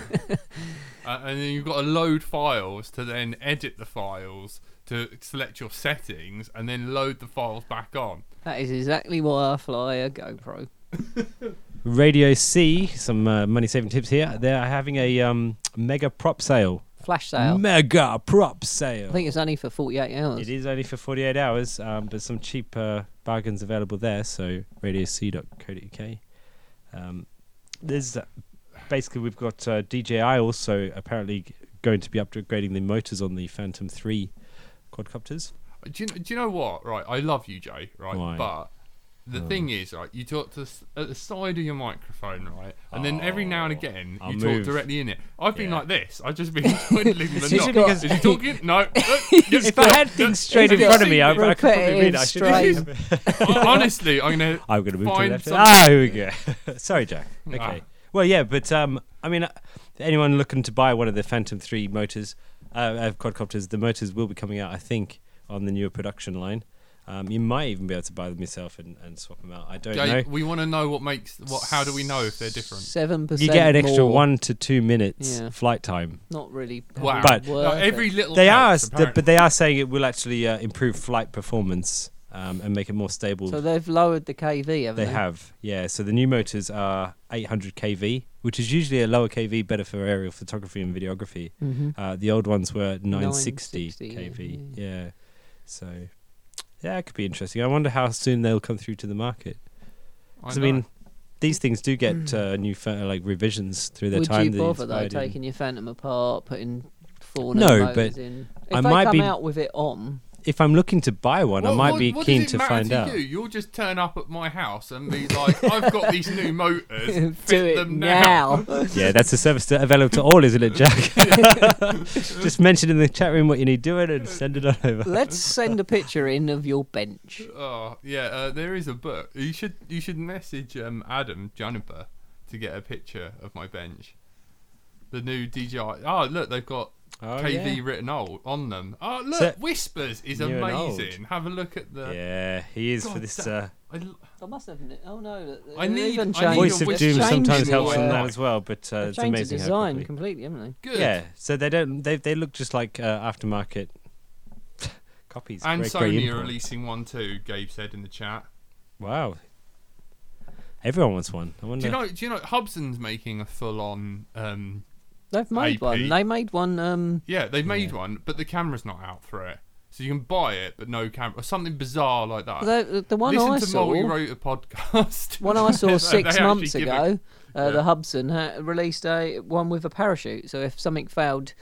[SPEAKER 2] and then you've got to load files to then edit the files to select your settings and then load the files back on
[SPEAKER 3] That is exactly why I fly a GoPro.
[SPEAKER 1] Radio C, some uh, money saving tips here. They're having a um, mega prop sale.
[SPEAKER 3] Flash sale.
[SPEAKER 1] Mega prop sale.
[SPEAKER 3] I think it's only for 48 hours.
[SPEAKER 1] Mm. It is only for 48 hours, um, but some cheap uh, bargains available there. So radioc.co.uk. Um, there's uh, basically we've got uh, DJI also apparently g- going to be upgrading the motors on the Phantom 3 quadcopters.
[SPEAKER 2] do you, do you know what right i love you jay right
[SPEAKER 1] Why?
[SPEAKER 2] but the
[SPEAKER 1] Oh.
[SPEAKER 2] thing is right you talk to s- at the side of your microphone right and then every now and again
[SPEAKER 1] Oh, I'll
[SPEAKER 2] you
[SPEAKER 1] move.
[SPEAKER 2] talk directly in it i've been
[SPEAKER 1] Yeah.
[SPEAKER 2] like this i've just been (laughs)
[SPEAKER 1] (laughs)
[SPEAKER 2] twiddling the
[SPEAKER 1] usually
[SPEAKER 2] knob.
[SPEAKER 1] because-
[SPEAKER 2] is he talking
[SPEAKER 1] (laughs)
[SPEAKER 2] no
[SPEAKER 1] If I had things straight in
[SPEAKER 3] got
[SPEAKER 1] front of me, I, I could
[SPEAKER 3] repetitive
[SPEAKER 1] probably read. it. I should. (laughs)
[SPEAKER 3] strain.
[SPEAKER 2] (laughs) honestly i'm gonna
[SPEAKER 1] I'm going to move to the
[SPEAKER 2] Find
[SPEAKER 1] left.
[SPEAKER 2] something-
[SPEAKER 1] Ah, here we go. (laughs) Sorry, Jack. Okay.
[SPEAKER 2] Ah.
[SPEAKER 1] Well, yeah, but um, I mean, uh, anyone looking to buy one of the Phantom Three motors, uh, uh, quadcopters, the motors will be coming out, I think, on the newer production line. Um, you might even be able to buy them yourself and, and swap them out. I don't
[SPEAKER 2] Jay,
[SPEAKER 1] know.
[SPEAKER 2] we want to know what makes what. How do we know if they're different?
[SPEAKER 3] 7%.
[SPEAKER 1] You get an extra
[SPEAKER 3] more.
[SPEAKER 1] one to two minutes
[SPEAKER 3] Yeah.
[SPEAKER 1] flight time.
[SPEAKER 3] Not really.
[SPEAKER 2] Wow!
[SPEAKER 1] But-
[SPEAKER 2] Like, every little
[SPEAKER 1] They are,
[SPEAKER 2] helps,
[SPEAKER 1] s- th- but they are saying it will actually uh, improve flight performance um, and make it more stable.
[SPEAKER 3] So they've lowered the KV, haven't they?
[SPEAKER 1] They have, yeah. So the new motors are 800 kV, which is usually a lower kV, better for aerial photography and videography.
[SPEAKER 3] Mhm.
[SPEAKER 1] Uh, the old ones were 960,
[SPEAKER 3] 960,
[SPEAKER 1] kV, yeah. So yeah, it could be interesting. I wonder how soon they'll come through to the market.
[SPEAKER 2] apparently.
[SPEAKER 1] 'Cause, I,
[SPEAKER 2] know.
[SPEAKER 1] mean, these things do get uh, new fa- like revisions through their
[SPEAKER 3] Would
[SPEAKER 1] time.
[SPEAKER 3] you
[SPEAKER 1] they're
[SPEAKER 3] bother though
[SPEAKER 1] inspired in.
[SPEAKER 3] taking your Phantom apart, putting four new
[SPEAKER 1] No,
[SPEAKER 3] motors
[SPEAKER 1] but
[SPEAKER 3] in? If
[SPEAKER 1] I
[SPEAKER 3] they
[SPEAKER 1] might
[SPEAKER 3] come
[SPEAKER 1] be-
[SPEAKER 3] out with it on,
[SPEAKER 1] If I'm looking to buy one, I
[SPEAKER 2] What-
[SPEAKER 1] might
[SPEAKER 2] what-
[SPEAKER 1] be
[SPEAKER 2] what does
[SPEAKER 1] keen
[SPEAKER 2] it
[SPEAKER 1] to
[SPEAKER 2] matter
[SPEAKER 1] find
[SPEAKER 2] to
[SPEAKER 1] out.
[SPEAKER 2] You? You'll just turn up at my house and be like, "I've got these new motors.
[SPEAKER 1] (laughs)
[SPEAKER 3] (laughs) do
[SPEAKER 2] fit
[SPEAKER 3] it
[SPEAKER 2] them
[SPEAKER 3] now.
[SPEAKER 1] (laughs) Yeah, that's a service to- available to all, isn't it, Jack? (laughs) Just mention in the chat room what you need doing and send it on over.
[SPEAKER 3] Let's send a picture in of your bench.
[SPEAKER 2] Oh yeah, uh, there is a book. You should you should message um, Adam Juniper to get a picture of my bench. The new DJI. Oh look, they've got
[SPEAKER 1] Oh,
[SPEAKER 2] KV
[SPEAKER 1] yeah.
[SPEAKER 2] written old on them. Oh look,
[SPEAKER 1] So-
[SPEAKER 2] Whispers is
[SPEAKER 1] New and old.
[SPEAKER 2] amazing. Have a look at the.
[SPEAKER 1] Yeah, he is for
[SPEAKER 2] uh, God,
[SPEAKER 1] this.
[SPEAKER 2] that-
[SPEAKER 1] Uh,
[SPEAKER 2] I l-
[SPEAKER 3] I must have. Oh no!
[SPEAKER 2] I
[SPEAKER 3] they've
[SPEAKER 2] need-
[SPEAKER 3] even
[SPEAKER 2] I
[SPEAKER 3] changed-
[SPEAKER 2] need
[SPEAKER 1] voice
[SPEAKER 2] a
[SPEAKER 1] of
[SPEAKER 2] whisk
[SPEAKER 1] doom
[SPEAKER 3] changed
[SPEAKER 1] sometimes
[SPEAKER 3] the-
[SPEAKER 1] helps on
[SPEAKER 2] Yeah.
[SPEAKER 1] that as well, but uh,
[SPEAKER 3] they've
[SPEAKER 1] it's
[SPEAKER 3] changed
[SPEAKER 1] amazing
[SPEAKER 3] the
[SPEAKER 1] how
[SPEAKER 3] design
[SPEAKER 1] quickly-
[SPEAKER 3] completely, haven't
[SPEAKER 2] Good.
[SPEAKER 1] Yeah, so they don't. They they look just like uh, aftermarket (laughs) copies.
[SPEAKER 2] And
[SPEAKER 1] Great- great
[SPEAKER 2] Sony are
[SPEAKER 1] import.
[SPEAKER 2] releasing one too. Gabe said in the chat.
[SPEAKER 1] Wow, everyone wants one. I wonder.
[SPEAKER 2] Do you know? Do you know? Hubson's making a full-on. Um,
[SPEAKER 3] they? They've made
[SPEAKER 2] AP.
[SPEAKER 3] one. They made one. Um,
[SPEAKER 2] yeah, they've made one, but the camera's not out for it, so you can buy it, but no camera, or something bizarre like that.
[SPEAKER 3] the, the one
[SPEAKER 2] Uh, Listen
[SPEAKER 3] I
[SPEAKER 2] to
[SPEAKER 3] saw.
[SPEAKER 2] Multi wrote a podcast.
[SPEAKER 3] One
[SPEAKER 2] (laughs)
[SPEAKER 3] I
[SPEAKER 2] They
[SPEAKER 3] saw six
[SPEAKER 2] actually
[SPEAKER 3] months
[SPEAKER 2] give a-
[SPEAKER 3] ago. Uh,
[SPEAKER 2] Yeah.
[SPEAKER 3] The Hubson ha- released a one with a parachute. So if something failed,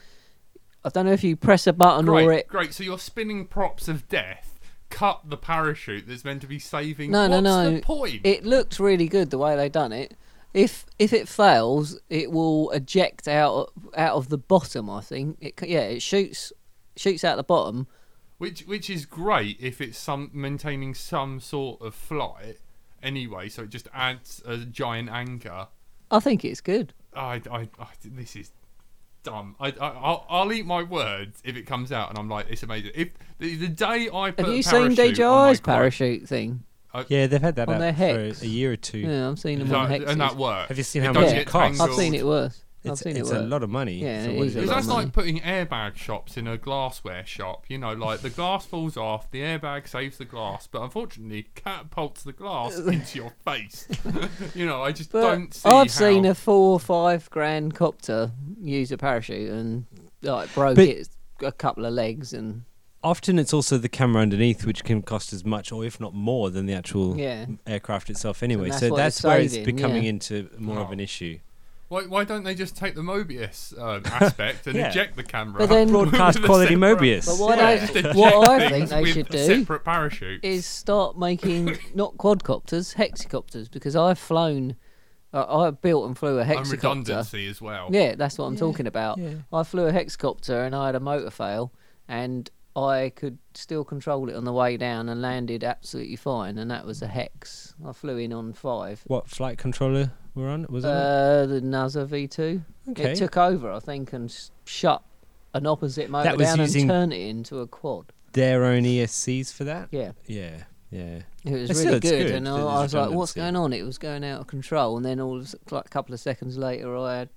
[SPEAKER 3] I don't know if you press a button or
[SPEAKER 2] Great,
[SPEAKER 3] it.
[SPEAKER 2] great. So you're spinning props of death. Cut the parachute that's meant to be saving.
[SPEAKER 3] No, no,
[SPEAKER 2] What's
[SPEAKER 3] no.
[SPEAKER 2] The point.
[SPEAKER 3] It looked really good the way they done it. If if it fails, it will eject out out of the bottom. I think. It, c- yeah, it shoots shoots out the bottom.
[SPEAKER 2] Which which is great if it's some maintaining some sort of flight anyway, so it just adds a giant anchor.
[SPEAKER 3] I think it's good.
[SPEAKER 2] I, I, I this is dumb. I, I I'll, I'll eat my words if it comes out and I'm like it's amazing. If the, the day I put
[SPEAKER 3] Have you
[SPEAKER 2] a
[SPEAKER 3] seen
[SPEAKER 2] parachute on my
[SPEAKER 3] DJI's
[SPEAKER 2] quad-
[SPEAKER 3] parachute thing?
[SPEAKER 1] Yeah, they've had that
[SPEAKER 3] On their
[SPEAKER 1] out
[SPEAKER 3] hex.
[SPEAKER 1] for a year or two.
[SPEAKER 3] Yeah, I've seen them on
[SPEAKER 2] that- and that
[SPEAKER 3] Hexes.
[SPEAKER 2] works.
[SPEAKER 1] Have you seen how
[SPEAKER 2] doesn't
[SPEAKER 3] much it
[SPEAKER 2] get
[SPEAKER 1] costs?
[SPEAKER 3] I've
[SPEAKER 2] tangled.
[SPEAKER 3] seen it worse. I've
[SPEAKER 1] It's,
[SPEAKER 3] seen
[SPEAKER 1] it's
[SPEAKER 3] it worse.
[SPEAKER 1] a lot of money.
[SPEAKER 3] Yeah,
[SPEAKER 1] for
[SPEAKER 3] it
[SPEAKER 1] what
[SPEAKER 3] is a
[SPEAKER 2] Because
[SPEAKER 3] lot of
[SPEAKER 2] that's
[SPEAKER 1] is.
[SPEAKER 3] money.
[SPEAKER 2] like putting airbag shops in a glassware shop. You know, like the glass falls off, the airbag saves the glass, but unfortunately, catapults the
[SPEAKER 3] (laughs)
[SPEAKER 2] glass into your face. (laughs) you know, I just
[SPEAKER 3] But
[SPEAKER 2] don't see.
[SPEAKER 3] I've seen
[SPEAKER 2] how-
[SPEAKER 3] a four or five grand copter use a parachute and like broke
[SPEAKER 1] But-
[SPEAKER 3] it a couple of legs and
[SPEAKER 1] Often it's also the camera underneath, which can cost as much or if not more than the actual
[SPEAKER 3] yeah.
[SPEAKER 1] aircraft itself. Anyway,
[SPEAKER 3] that's
[SPEAKER 1] so
[SPEAKER 3] what
[SPEAKER 1] that's,
[SPEAKER 3] it's
[SPEAKER 1] where it's
[SPEAKER 3] saving,
[SPEAKER 1] becoming
[SPEAKER 3] yeah.
[SPEAKER 1] into more of
[SPEAKER 2] Oh.
[SPEAKER 1] an issue.
[SPEAKER 2] Why, why don't they just take the Mobius um, aspect
[SPEAKER 1] (laughs)
[SPEAKER 2] and
[SPEAKER 1] Yeah.
[SPEAKER 2] eject the camera?
[SPEAKER 3] But then-
[SPEAKER 1] Broadcast
[SPEAKER 2] (laughs) with a
[SPEAKER 1] quality
[SPEAKER 2] separate-
[SPEAKER 1] Mobius.
[SPEAKER 3] But
[SPEAKER 2] (laughs)
[SPEAKER 3] what
[SPEAKER 2] Yeah,
[SPEAKER 3] I-
[SPEAKER 2] just eject
[SPEAKER 3] what I
[SPEAKER 2] things
[SPEAKER 3] think they
[SPEAKER 2] with
[SPEAKER 3] should do
[SPEAKER 2] separate parachutes.
[SPEAKER 3] Is
[SPEAKER 1] (laughs)
[SPEAKER 3] start making not quadcopters, hexacopters because I've flown, uh, I built and flew a
[SPEAKER 2] and
[SPEAKER 3] hexacopter.
[SPEAKER 2] redundancy as well.
[SPEAKER 3] Yeah, that's what I'm talking about.
[SPEAKER 1] yeah.
[SPEAKER 3] I flew a hexacopter and I had a motor fail and I could still control it on the way down and landed absolutely fine, and that was a hex. I flew in on five.
[SPEAKER 1] What flight controller we're on? Was that
[SPEAKER 3] Uh, the NASA V2.
[SPEAKER 1] it? Okay.
[SPEAKER 3] It took over, I think, and s- shut an opposite motor
[SPEAKER 1] was
[SPEAKER 3] down
[SPEAKER 1] using-
[SPEAKER 3] and turned it into a quad.
[SPEAKER 1] Their own ESCs for that?
[SPEAKER 3] Yeah,
[SPEAKER 1] Yeah. Yeah.
[SPEAKER 3] it was
[SPEAKER 1] It's
[SPEAKER 3] really
[SPEAKER 1] good, it's
[SPEAKER 3] good,
[SPEAKER 1] good,
[SPEAKER 3] and I,
[SPEAKER 1] there's
[SPEAKER 3] I was like, "What's
[SPEAKER 1] redundancy.
[SPEAKER 3] going on?" It was going out of control, and then all of, s- like a couple of seconds later, I had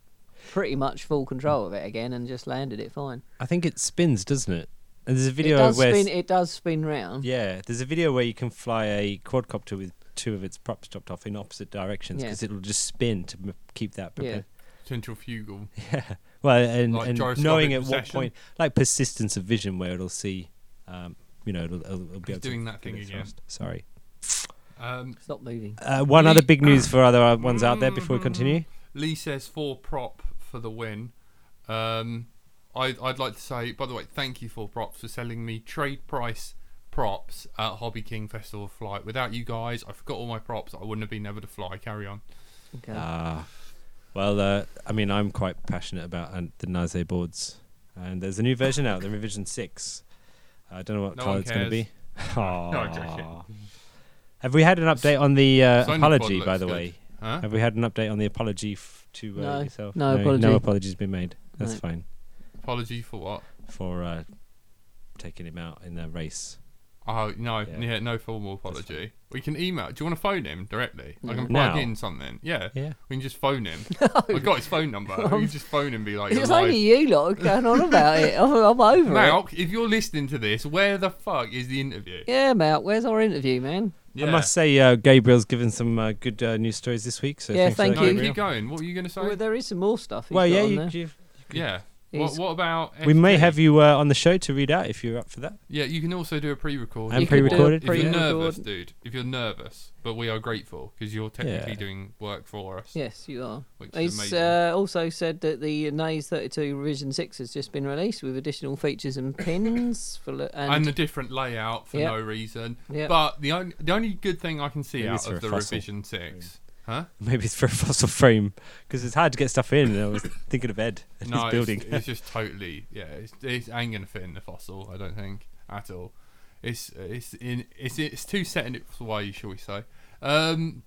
[SPEAKER 3] pretty much full control of it again and just landed it fine.
[SPEAKER 1] I think it spins, doesn't it? And there's a video
[SPEAKER 3] it does
[SPEAKER 1] where
[SPEAKER 3] spin. It does spin round.
[SPEAKER 1] Yeah, there's a video where you can fly a quadcopter with two of its props dropped off in opposite directions
[SPEAKER 3] Yeah.
[SPEAKER 1] because it'll just spin to m- keep that
[SPEAKER 3] Yeah.
[SPEAKER 1] prepared.
[SPEAKER 2] Centrifugal.
[SPEAKER 1] Yeah. Well, and,
[SPEAKER 2] Like
[SPEAKER 1] and
[SPEAKER 2] gyroscopic
[SPEAKER 1] knowing at what
[SPEAKER 2] precession.
[SPEAKER 1] point, like persistence of vision, where it'll see, um, you know, it'll, it'll, it'll be
[SPEAKER 2] He's
[SPEAKER 1] able to
[SPEAKER 2] doing
[SPEAKER 1] get
[SPEAKER 2] that thing
[SPEAKER 1] it
[SPEAKER 2] again.
[SPEAKER 1] thrust. Sorry.
[SPEAKER 2] Um,
[SPEAKER 3] Stop moving.
[SPEAKER 1] Uh, one
[SPEAKER 2] Lee-
[SPEAKER 1] other big
[SPEAKER 2] (clears throat)
[SPEAKER 1] news for other ones out there before we continue.
[SPEAKER 2] Lee says four prop for the win. Um, I, I'd like to say, by the way, thank you for props for selling me trade price props at Hobby King Festival of Flight. Without you guys, I forgot all my props. I wouldn't have been able to fly. Carry on.
[SPEAKER 3] Okay.
[SPEAKER 1] Ah, well, uh, I mean, I'm quite passionate about uh, the Naze boards, and there's a new version out, the revision six. I don't know what
[SPEAKER 2] No
[SPEAKER 1] color
[SPEAKER 2] one
[SPEAKER 1] it's going to
[SPEAKER 2] cares.
[SPEAKER 1] be. (laughs)
[SPEAKER 2] No, I'm joking.
[SPEAKER 1] Aw. Have we had an update on the uh,
[SPEAKER 2] Sony
[SPEAKER 1] apology,
[SPEAKER 2] pod
[SPEAKER 1] by
[SPEAKER 2] looks
[SPEAKER 1] the
[SPEAKER 2] good.
[SPEAKER 1] way?
[SPEAKER 2] Huh?
[SPEAKER 1] Have we had an update on the apology f- to uh,
[SPEAKER 3] No.
[SPEAKER 1] yourself?
[SPEAKER 3] No apology.
[SPEAKER 1] No apology's been made. That's
[SPEAKER 3] No.
[SPEAKER 1] fine
[SPEAKER 2] Apology for what?
[SPEAKER 1] for uh, taking him out in the race.
[SPEAKER 2] Oh no,
[SPEAKER 1] Yeah.
[SPEAKER 2] yeah, no formal apology. We can email. Do you want to phone him directly? I can plug
[SPEAKER 1] Now?
[SPEAKER 2] in something. Yeah.
[SPEAKER 1] Yeah.
[SPEAKER 2] we can just phone
[SPEAKER 3] (laughs)
[SPEAKER 2] him. I got his phone number. We can just phone him and be like,
[SPEAKER 3] Um, it's
[SPEAKER 2] "You're live."
[SPEAKER 3] only you lot going on about it. I'm, I'm over it.
[SPEAKER 2] Malk, if you're listening to this, where the fuck is the interview?
[SPEAKER 3] Yeah, Mal, where's our interview, man?
[SPEAKER 1] I must say, uh, Gabriel's given some uh, good uh, news stories this week. So
[SPEAKER 3] Yeah,
[SPEAKER 1] thanks for
[SPEAKER 3] thank
[SPEAKER 1] that,
[SPEAKER 2] No,
[SPEAKER 3] you.
[SPEAKER 1] Gabriel.
[SPEAKER 2] keep going. What were you going to say?
[SPEAKER 3] Well, there is some more stuff. he's
[SPEAKER 1] Well,
[SPEAKER 3] got
[SPEAKER 1] yeah,
[SPEAKER 3] on
[SPEAKER 1] you,
[SPEAKER 3] there.
[SPEAKER 1] you've-
[SPEAKER 2] yeah. What,
[SPEAKER 3] He's-
[SPEAKER 2] what about?
[SPEAKER 1] we may
[SPEAKER 2] FD?
[SPEAKER 1] have you uh, on the show to read out if you're up for that. (laughs)
[SPEAKER 2] Yeah, you can also do a pre-record.
[SPEAKER 1] And
[SPEAKER 2] if you want.
[SPEAKER 1] pre-recorded,
[SPEAKER 2] If you're
[SPEAKER 3] pre-recorded.
[SPEAKER 2] nervous, dude. If you're nervous, but we are grateful because you're technically
[SPEAKER 1] Yeah.
[SPEAKER 2] doing work for us.
[SPEAKER 3] Yes, you are.
[SPEAKER 2] Which is
[SPEAKER 3] He's
[SPEAKER 2] amazing.
[SPEAKER 3] uh, also said that the Nays 32 Revision 6 has just been released with additional features and pins for lo- and,
[SPEAKER 2] and a different layout for
[SPEAKER 3] Yep.
[SPEAKER 2] no reason.
[SPEAKER 3] Yep.
[SPEAKER 2] But the only the only good thing I can see
[SPEAKER 1] Maybe it's
[SPEAKER 2] out
[SPEAKER 1] for a
[SPEAKER 2] of the
[SPEAKER 1] fossil.
[SPEAKER 2] revision six, huh?
[SPEAKER 1] Maybe it's for a fossil frame because it's hard to get stuff in. And I was thinking of Ed and his
[SPEAKER 2] No, it's,
[SPEAKER 1] building.
[SPEAKER 2] it's just totally yeah. It's, it's ain't gonna fit in the fossil. I don't think at all. It's it's in it's it's too set in its way, shall we say? Um,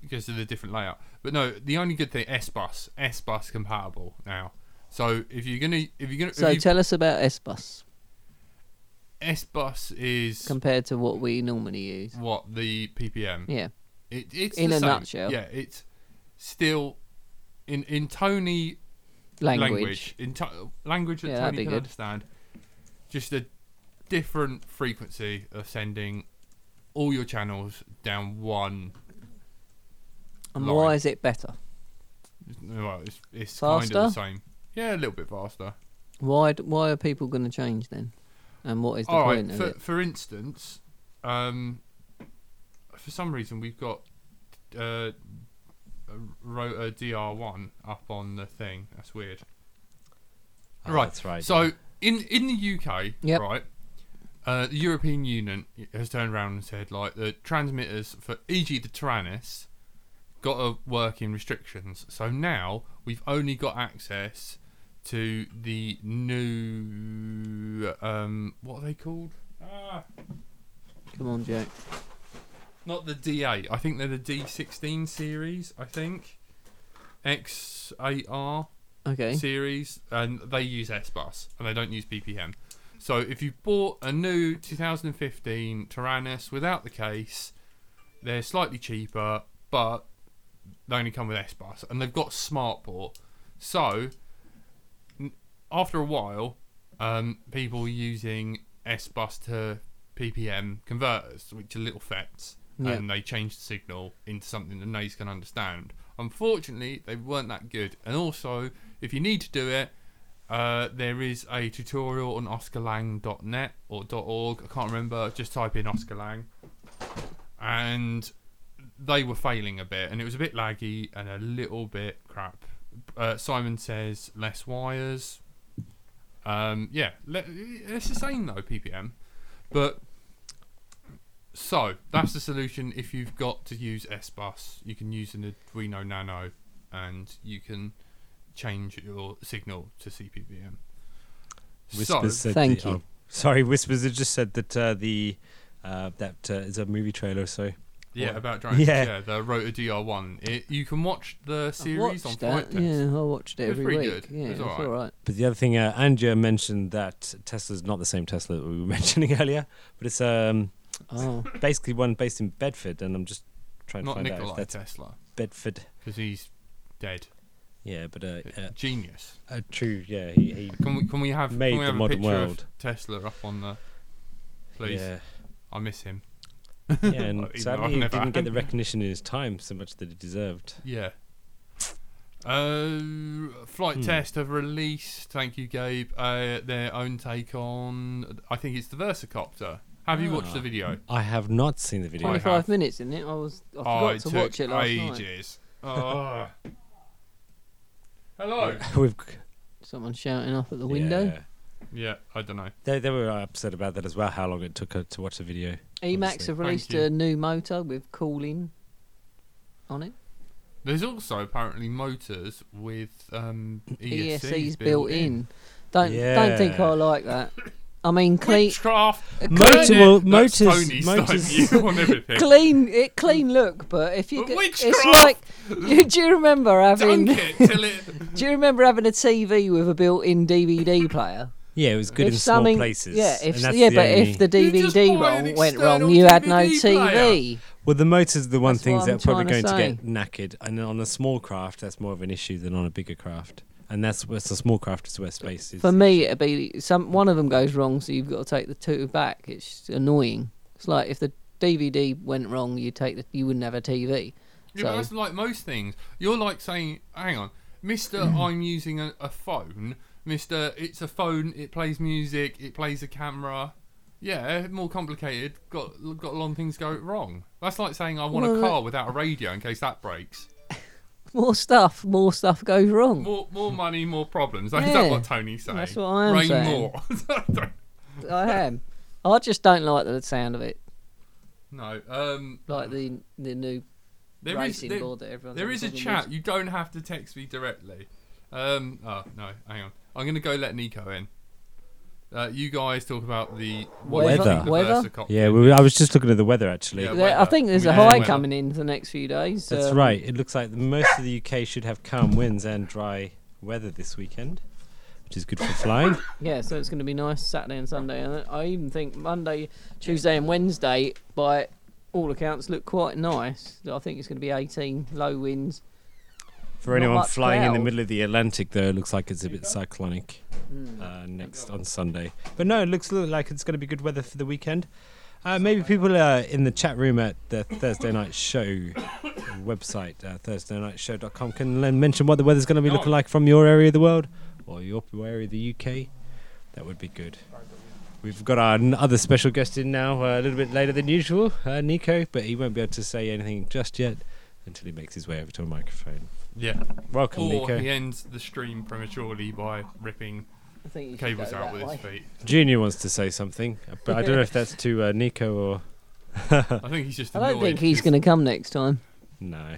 [SPEAKER 2] because of the different layout. But no, the only good thing S bus S bus compatible now. So if you're gonna if you're gonna
[SPEAKER 3] so
[SPEAKER 2] if you-
[SPEAKER 3] tell us about S Bus
[SPEAKER 2] S bus is
[SPEAKER 3] compared to what we normally use.
[SPEAKER 2] what the PPM.
[SPEAKER 3] Yeah,
[SPEAKER 2] It, it's
[SPEAKER 3] In
[SPEAKER 2] the
[SPEAKER 3] a
[SPEAKER 2] same.
[SPEAKER 3] nutshell.
[SPEAKER 2] Yeah, it's still in in Tony
[SPEAKER 3] language.
[SPEAKER 2] in to- language that
[SPEAKER 3] Yeah, that'd
[SPEAKER 2] Tony
[SPEAKER 3] be
[SPEAKER 2] can
[SPEAKER 3] good.
[SPEAKER 2] understand. Just a different frequency of sending all your channels down one.
[SPEAKER 3] And
[SPEAKER 2] Line.
[SPEAKER 3] why is it better?
[SPEAKER 2] Well, it's, it's kind of the
[SPEAKER 3] Faster?
[SPEAKER 2] same. Yeah, a little bit faster.
[SPEAKER 3] Why d- why are people going to change then? And what is the
[SPEAKER 2] All right.
[SPEAKER 3] point of
[SPEAKER 2] For,
[SPEAKER 3] it?
[SPEAKER 2] for instance, um, for some reason we've got uh, a rotor DR1 up on the thing. That's weird.
[SPEAKER 1] Oh,
[SPEAKER 2] right.
[SPEAKER 1] That's right.
[SPEAKER 2] So in in the UK,
[SPEAKER 3] Yep.
[SPEAKER 2] right, uh, the European Union has turned around and said like the transmitters for e.g. the Tyrannus got to work in restrictions. So now we've only got access to the new um what are they called? Ah,
[SPEAKER 3] Come on, Jack.
[SPEAKER 2] not the D8. I think they're the D16 series. I think XAR.
[SPEAKER 3] Okay.
[SPEAKER 2] series, and they use S bus and they don't use BPM. So if you bought a new 2015 Tyrannus without the case, they're slightly cheaper, but they only come with S bus and they've got smart port. So n- after a while, um, people using S bus to PPM converters, which are little FETs,
[SPEAKER 3] Yeah.
[SPEAKER 2] and they changed the signal into something the nose can understand. Unfortunately, they weren't that good. And also, if you need to do it, uh, there is a tutorial on oscarlang.net or .org. I can't remember. Just type in Oscar Lang. And they were failing a bit, and it was a bit laggy and a little bit crap. Uh, Simon says less wires. Um, yeah, le- it's the same though PPM, but so that's the solution. If you've got to use S bus, you can use an Arduino Nano, and you can change your signal to CPVM. So-
[SPEAKER 1] Whispers said
[SPEAKER 3] Thank
[SPEAKER 1] the-
[SPEAKER 3] you.
[SPEAKER 1] oh, sorry, Whispers had just said that uh, the uh, that uh, is a movie trailer. So
[SPEAKER 2] Yeah,
[SPEAKER 1] What?
[SPEAKER 2] about Dragons.
[SPEAKER 1] Yeah.
[SPEAKER 2] Yeah. the Rota DR1. It, you can watch the series on
[SPEAKER 3] watched that.
[SPEAKER 2] Flight Test.
[SPEAKER 3] Yeah, I watched it
[SPEAKER 2] It was
[SPEAKER 3] every
[SPEAKER 2] pretty
[SPEAKER 3] week.
[SPEAKER 2] good. It
[SPEAKER 3] Yeah,
[SPEAKER 2] was
[SPEAKER 3] it's
[SPEAKER 2] alright.
[SPEAKER 3] all right.
[SPEAKER 1] But the other thing, uh, Andrea mentioned that Tesla's not the same Tesla that we were (laughs) mentioning earlier, but it's um,
[SPEAKER 3] Oh,
[SPEAKER 1] basically one based in Bedford, and I'm just trying to
[SPEAKER 2] Not
[SPEAKER 1] find out if
[SPEAKER 2] Nikolai
[SPEAKER 1] that's
[SPEAKER 2] Tesla,
[SPEAKER 1] Bedford.
[SPEAKER 2] because he's dead.
[SPEAKER 1] Yeah, but uh, uh,
[SPEAKER 2] Genius.
[SPEAKER 1] uh, true. Yeah, he, he
[SPEAKER 2] Can we can we have
[SPEAKER 1] Made
[SPEAKER 2] can we
[SPEAKER 1] the
[SPEAKER 2] have a
[SPEAKER 1] modern
[SPEAKER 2] picture
[SPEAKER 1] world.
[SPEAKER 2] of Tesla up on the? Please,
[SPEAKER 1] yeah,
[SPEAKER 2] I miss him.
[SPEAKER 1] yeah, and
[SPEAKER 2] Even though I've
[SPEAKER 1] sadly he
[SPEAKER 2] never
[SPEAKER 1] didn't get
[SPEAKER 2] had (laughs)
[SPEAKER 1] the
[SPEAKER 2] him.
[SPEAKER 1] recognition in his time so much that he deserved.
[SPEAKER 2] Yeah. Uh, Flight
[SPEAKER 1] Hmm.
[SPEAKER 2] Test have released. Thank you, Gabe. Uh, their own take on. I think it's the Versacopter. Have you watched
[SPEAKER 1] Ah.
[SPEAKER 2] the video?
[SPEAKER 1] I have not seen the video.
[SPEAKER 2] I have.
[SPEAKER 3] 25 minutes, isn't it? I was I forgot
[SPEAKER 2] Oh, it
[SPEAKER 3] to
[SPEAKER 2] took
[SPEAKER 3] watch it last night.
[SPEAKER 2] ages. Oh. Hello.
[SPEAKER 1] (laughs) We've
[SPEAKER 3] Someone shouting up at the window.
[SPEAKER 1] Yeah.
[SPEAKER 2] Yeah, I don't know.
[SPEAKER 1] They, they were upset about that as well. How long it took her to watch the video.
[SPEAKER 3] Emacs
[SPEAKER 1] Obviously.
[SPEAKER 3] have released
[SPEAKER 2] you.
[SPEAKER 3] a new motor with cooling on it.
[SPEAKER 2] There's also apparently motors with um, ESCs,
[SPEAKER 3] ESC's E built in. Don't don't think
[SPEAKER 1] Yeah.
[SPEAKER 3] I like that. I mean, clean,
[SPEAKER 2] Witchcraft.
[SPEAKER 1] Motor- well,
[SPEAKER 2] That's
[SPEAKER 1] motors-
[SPEAKER 2] Tony's
[SPEAKER 1] motors-
[SPEAKER 2] side
[SPEAKER 3] (laughs)
[SPEAKER 2] view on everything.
[SPEAKER 3] clean, it clean look, but if you,
[SPEAKER 2] But
[SPEAKER 3] go- it's like, (laughs)
[SPEAKER 2] witchcraft!
[SPEAKER 3] you, do you remember having?
[SPEAKER 2] Dunk it till it.
[SPEAKER 3] Do you remember having a TV with a built-in DVD player?
[SPEAKER 1] Yeah, it was good
[SPEAKER 3] if
[SPEAKER 1] in
[SPEAKER 3] something,
[SPEAKER 1] small places.
[SPEAKER 3] yeah, if
[SPEAKER 1] and that's
[SPEAKER 3] yeah,
[SPEAKER 1] the
[SPEAKER 3] but
[SPEAKER 1] only-
[SPEAKER 3] if the
[SPEAKER 2] You just
[SPEAKER 3] DVD
[SPEAKER 2] buy an
[SPEAKER 3] roll went wrong,
[SPEAKER 2] external
[SPEAKER 3] you had no
[SPEAKER 2] DVD player.
[SPEAKER 3] TV.
[SPEAKER 1] Well, the motors are the one
[SPEAKER 3] That's
[SPEAKER 1] things
[SPEAKER 3] what
[SPEAKER 1] that
[SPEAKER 3] I'm
[SPEAKER 1] are probably going
[SPEAKER 3] trying
[SPEAKER 1] to
[SPEAKER 3] to
[SPEAKER 1] get knackered, and on a small craft, that's more of an issue than on a bigger craft, and that's where so small craft is where space is.
[SPEAKER 3] For me, it'd be some one of them goes wrong, so you've got to take the two back. It's annoying. It's like if the DVD went wrong, you take the you wouldn't have a
[SPEAKER 2] Yeah,
[SPEAKER 3] TV.
[SPEAKER 2] but
[SPEAKER 3] So-
[SPEAKER 2] that's like most things. You're like saying, hang on, Mister,
[SPEAKER 3] Mm.
[SPEAKER 2] I'm using a, a phone. Mister, it's a phone. It plays music. It plays a camera. Yeah, more complicated. Got got a lot of things go wrong. That's like saying I want
[SPEAKER 3] Well, uh,
[SPEAKER 2] a car without a radio in case that breaks.
[SPEAKER 3] More stuff, more stuff goes wrong.
[SPEAKER 2] More more money, more problems. That's not
[SPEAKER 3] Yeah,
[SPEAKER 2] what Tony's saying.
[SPEAKER 3] that's what I am
[SPEAKER 2] Rain
[SPEAKER 3] saying.
[SPEAKER 2] more. (laughs)
[SPEAKER 3] I am. I just don't like the sound of it,
[SPEAKER 2] no. Um.
[SPEAKER 3] like the the new
[SPEAKER 2] There is
[SPEAKER 3] racing
[SPEAKER 2] there-
[SPEAKER 3] board that everyone.
[SPEAKER 2] There is a chat. You don't have to text me directly. Um, oh no, hang on. I'm gonna go let Nico in. Uh, you guys talk about the what you
[SPEAKER 1] Weather.
[SPEAKER 2] think the
[SPEAKER 3] Weather?
[SPEAKER 2] Versacopter-
[SPEAKER 1] yeah, well, I was just looking at the weather actually.
[SPEAKER 2] Yeah,
[SPEAKER 3] There, I
[SPEAKER 2] weather.
[SPEAKER 3] think there's
[SPEAKER 2] We
[SPEAKER 3] a
[SPEAKER 2] had
[SPEAKER 3] high
[SPEAKER 2] weather.
[SPEAKER 3] coming in for the next few days.
[SPEAKER 1] That's
[SPEAKER 3] um,
[SPEAKER 1] right. It looks like the, most of the UK should have calm winds and dry weather this weekend, which is good for flying.
[SPEAKER 3] Yeah, so it's going to be nice Saturday and Sunday, and I even think Monday, Tuesday, and Wednesday, by all accounts, look quite nice. I think it's going to be 18 low winds.
[SPEAKER 1] For
[SPEAKER 3] Not
[SPEAKER 1] anyone
[SPEAKER 3] much
[SPEAKER 1] flying in the
[SPEAKER 3] cloud.
[SPEAKER 1] middle of the Atlantic, though, it looks like it's a bit cyclonic
[SPEAKER 3] Hmm.
[SPEAKER 1] uh, next on Sunday. But no, it looks li- like it's going to be good weather for the weekend. Uh, maybe people uh, in the chat room at the Thursday Night Show (coughs) website, uh, thursdaynightshow.com, can l- mention what the weather's going to be
[SPEAKER 2] No.
[SPEAKER 1] looking like from your area of the world or your p- area of the UK. That would be good. We've got our n- other special guest in now, uh, a little bit later than usual, uh, Nico, but he won't be able to say anything just yet until he makes his way over to a microphone.
[SPEAKER 2] Yeah.
[SPEAKER 1] Welcome,
[SPEAKER 2] Or
[SPEAKER 1] Nico.
[SPEAKER 2] he ends the stream prematurely by ripping
[SPEAKER 3] I think you should
[SPEAKER 2] cables
[SPEAKER 3] go
[SPEAKER 2] out
[SPEAKER 3] that
[SPEAKER 2] with
[SPEAKER 3] way.
[SPEAKER 2] his feet.
[SPEAKER 1] Junior wants to say something, but I don't know if that's to uh, Nico or (laughs)
[SPEAKER 2] I think he's just.
[SPEAKER 3] I don't
[SPEAKER 2] annoyed
[SPEAKER 3] think he's
[SPEAKER 2] 'cause
[SPEAKER 3] going to come next time.
[SPEAKER 1] no.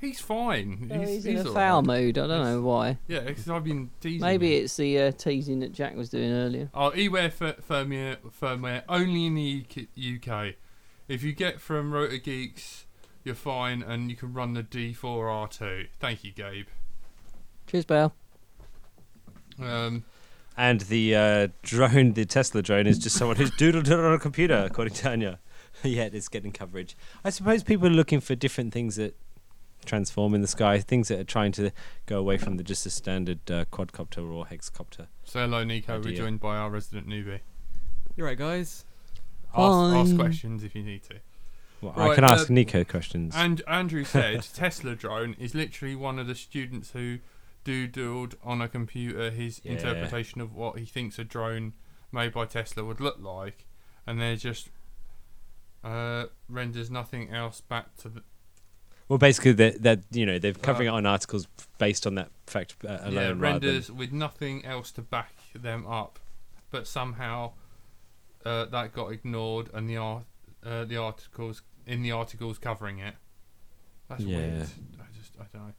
[SPEAKER 2] He's fine.
[SPEAKER 3] No,
[SPEAKER 2] he's,
[SPEAKER 3] Oh, he's, in a
[SPEAKER 2] all
[SPEAKER 3] foul
[SPEAKER 2] right.
[SPEAKER 3] mood. I don't know why.
[SPEAKER 2] Yeah, because I've been teasing.
[SPEAKER 3] Maybe
[SPEAKER 2] him.
[SPEAKER 3] it's the uh, teasing that Jack was doing earlier.
[SPEAKER 2] Oh, eWare fir- firmware, firmware only in the UK. If you get from Rotor Geeks, you're fine, and you can run the D4R2. Thank you, Gabe.
[SPEAKER 3] Cheers, Bale.
[SPEAKER 2] Um,
[SPEAKER 1] And the uh, drone, the Tesla drone, is just someone who's doodled it on a computer, according to Anya. (laughs) Yet it's getting coverage. I suppose people are looking for different things that transform in the sky, things that are trying to go away from the just a standard uh, quadcopter or hexcopter.
[SPEAKER 2] so hello, Nico. We're
[SPEAKER 1] Idea.
[SPEAKER 2] joined by our resident newbie.
[SPEAKER 4] You're right, guys.
[SPEAKER 2] Ask, ask
[SPEAKER 3] Hi.
[SPEAKER 2] questions if you need to.
[SPEAKER 1] Well, I
[SPEAKER 2] Right,
[SPEAKER 1] can
[SPEAKER 2] uh,
[SPEAKER 1] ask Nico questions.
[SPEAKER 2] And Andrew said (laughs) Tesla drone is literally one of the students who doodled on a computer his
[SPEAKER 1] Yeah.
[SPEAKER 2] interpretation of what he thinks a drone made by Tesla would look like, and they just uh, renders nothing else back to the
[SPEAKER 1] Well, basically, that that you know they're covering it on articles based on that fact uh, alone.
[SPEAKER 2] Uh, yeah,
[SPEAKER 1] rather than-
[SPEAKER 2] renders with nothing else to back them up, but somehow uh, that got ignored, and the art, uh, the articles in the articles covering it. That's
[SPEAKER 1] Yeah.
[SPEAKER 2] weird. I just I don't know.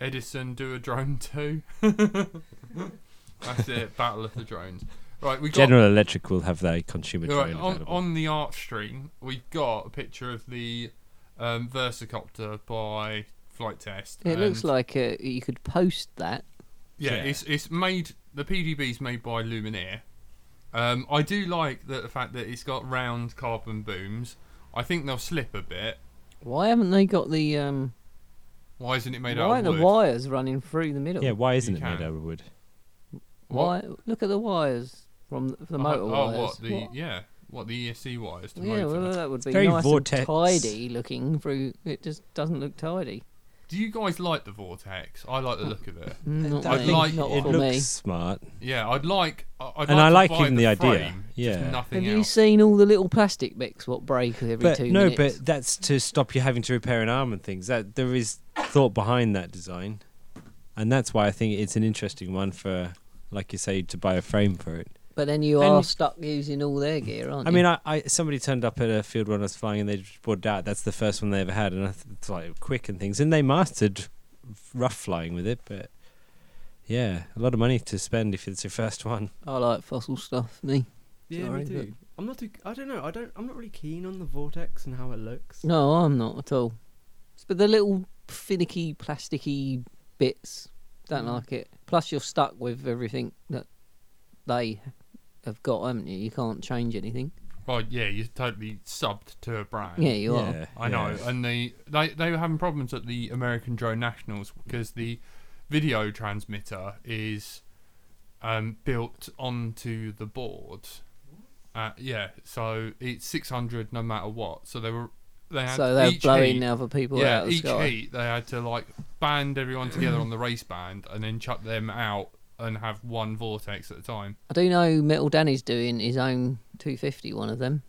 [SPEAKER 2] Edison do a drone too. (laughs) That's it. Battle of the drones. Right, we got
[SPEAKER 1] General Electric will have their consumer
[SPEAKER 2] All right,
[SPEAKER 1] drone
[SPEAKER 2] on,
[SPEAKER 1] available.
[SPEAKER 2] on the art stream, we've got a picture of the um, Versacopter by Flight Test.
[SPEAKER 3] It looks
[SPEAKER 2] and-
[SPEAKER 3] like uh, you could post that.
[SPEAKER 2] yeah,
[SPEAKER 1] Yeah.
[SPEAKER 2] it's it's made the PDB's made by Lumineer. Um, I do like the, the fact that it's got round carbon booms. I think they'll slip a bit.
[SPEAKER 3] Why haven't they got the um?
[SPEAKER 2] Why isn't it made
[SPEAKER 3] why
[SPEAKER 2] out
[SPEAKER 3] aren't
[SPEAKER 2] of
[SPEAKER 3] the
[SPEAKER 2] wood?
[SPEAKER 3] wires running through the middle?
[SPEAKER 1] yeah, why isn't
[SPEAKER 2] You
[SPEAKER 1] it made
[SPEAKER 2] can.
[SPEAKER 1] out of wood?
[SPEAKER 3] Why? Look at the wires from the, from the
[SPEAKER 2] Oh,
[SPEAKER 3] motor
[SPEAKER 2] oh,
[SPEAKER 3] wires.
[SPEAKER 2] what the
[SPEAKER 3] What?
[SPEAKER 2] yeah, what the ESC wires to
[SPEAKER 3] Yeah,
[SPEAKER 2] motor.
[SPEAKER 3] well, uh, that would be
[SPEAKER 1] very
[SPEAKER 3] nice
[SPEAKER 1] vortex.
[SPEAKER 3] and tidy looking through. It just doesn't look tidy.
[SPEAKER 2] Do you guys like the vortex? I like the look of it.
[SPEAKER 3] Not,
[SPEAKER 2] I'd
[SPEAKER 3] me,
[SPEAKER 2] like-
[SPEAKER 3] not
[SPEAKER 1] Mm, it
[SPEAKER 3] for
[SPEAKER 1] looks
[SPEAKER 3] me.
[SPEAKER 1] smart.
[SPEAKER 2] Yeah, I'd like. I- I'd
[SPEAKER 1] And I like
[SPEAKER 2] like to buy
[SPEAKER 1] even the idea.
[SPEAKER 2] frame, just
[SPEAKER 1] Yeah.
[SPEAKER 2] nothing
[SPEAKER 3] Have you
[SPEAKER 2] else.
[SPEAKER 3] seen all the little plastic bits what break every
[SPEAKER 1] But
[SPEAKER 3] two
[SPEAKER 1] no,
[SPEAKER 3] minutes?
[SPEAKER 1] but that's to stop you having to repair an arm and things. That there is thought behind that design, and that's why I think it's an interesting one for, like you say, to buy a frame for it.
[SPEAKER 3] But then you
[SPEAKER 1] And-
[SPEAKER 3] are stuck using all their gear, aren't
[SPEAKER 1] I
[SPEAKER 3] you?
[SPEAKER 1] mean, I, I somebody turned up at a field when I was flying, and they just brought it out. That's the first one they ever had, and I th- it's like quick and things, and they mastered rough flying with it. But yeah, a lot of money to spend if it's your first one.
[SPEAKER 3] I like fossil stuff. Me.
[SPEAKER 4] Yeah,
[SPEAKER 3] Sorry,
[SPEAKER 4] me
[SPEAKER 3] but-
[SPEAKER 4] too. I'm not too. I don't know. I don't. I'm not really keen on the vortex and how it looks.
[SPEAKER 3] No, I'm not at all. But the little finicky, plasticky bits, don't
[SPEAKER 2] Mm.
[SPEAKER 3] like it. Plus, you're stuck with everything that they have got, haven't you? You can't change anything.
[SPEAKER 2] Well, yeah, you're totally subbed to a brand.
[SPEAKER 3] Yeah, you are.
[SPEAKER 1] Yeah,
[SPEAKER 2] I know,
[SPEAKER 1] yeah.
[SPEAKER 2] and the they they were having problems at the American Drone Nationals because the video transmitter is um, built onto the board. Uh, yeah, so it's 600 no matter what. So they were they had
[SPEAKER 3] So they're
[SPEAKER 2] each
[SPEAKER 3] blowing
[SPEAKER 2] heat,
[SPEAKER 3] other people
[SPEAKER 2] yeah
[SPEAKER 3] out of the
[SPEAKER 2] each
[SPEAKER 3] sky.
[SPEAKER 2] heat they had to like band everyone together on the race band and then chuck them out and have one vortex at a time.
[SPEAKER 3] I do know Metal Danny's doing his own 250, one of them.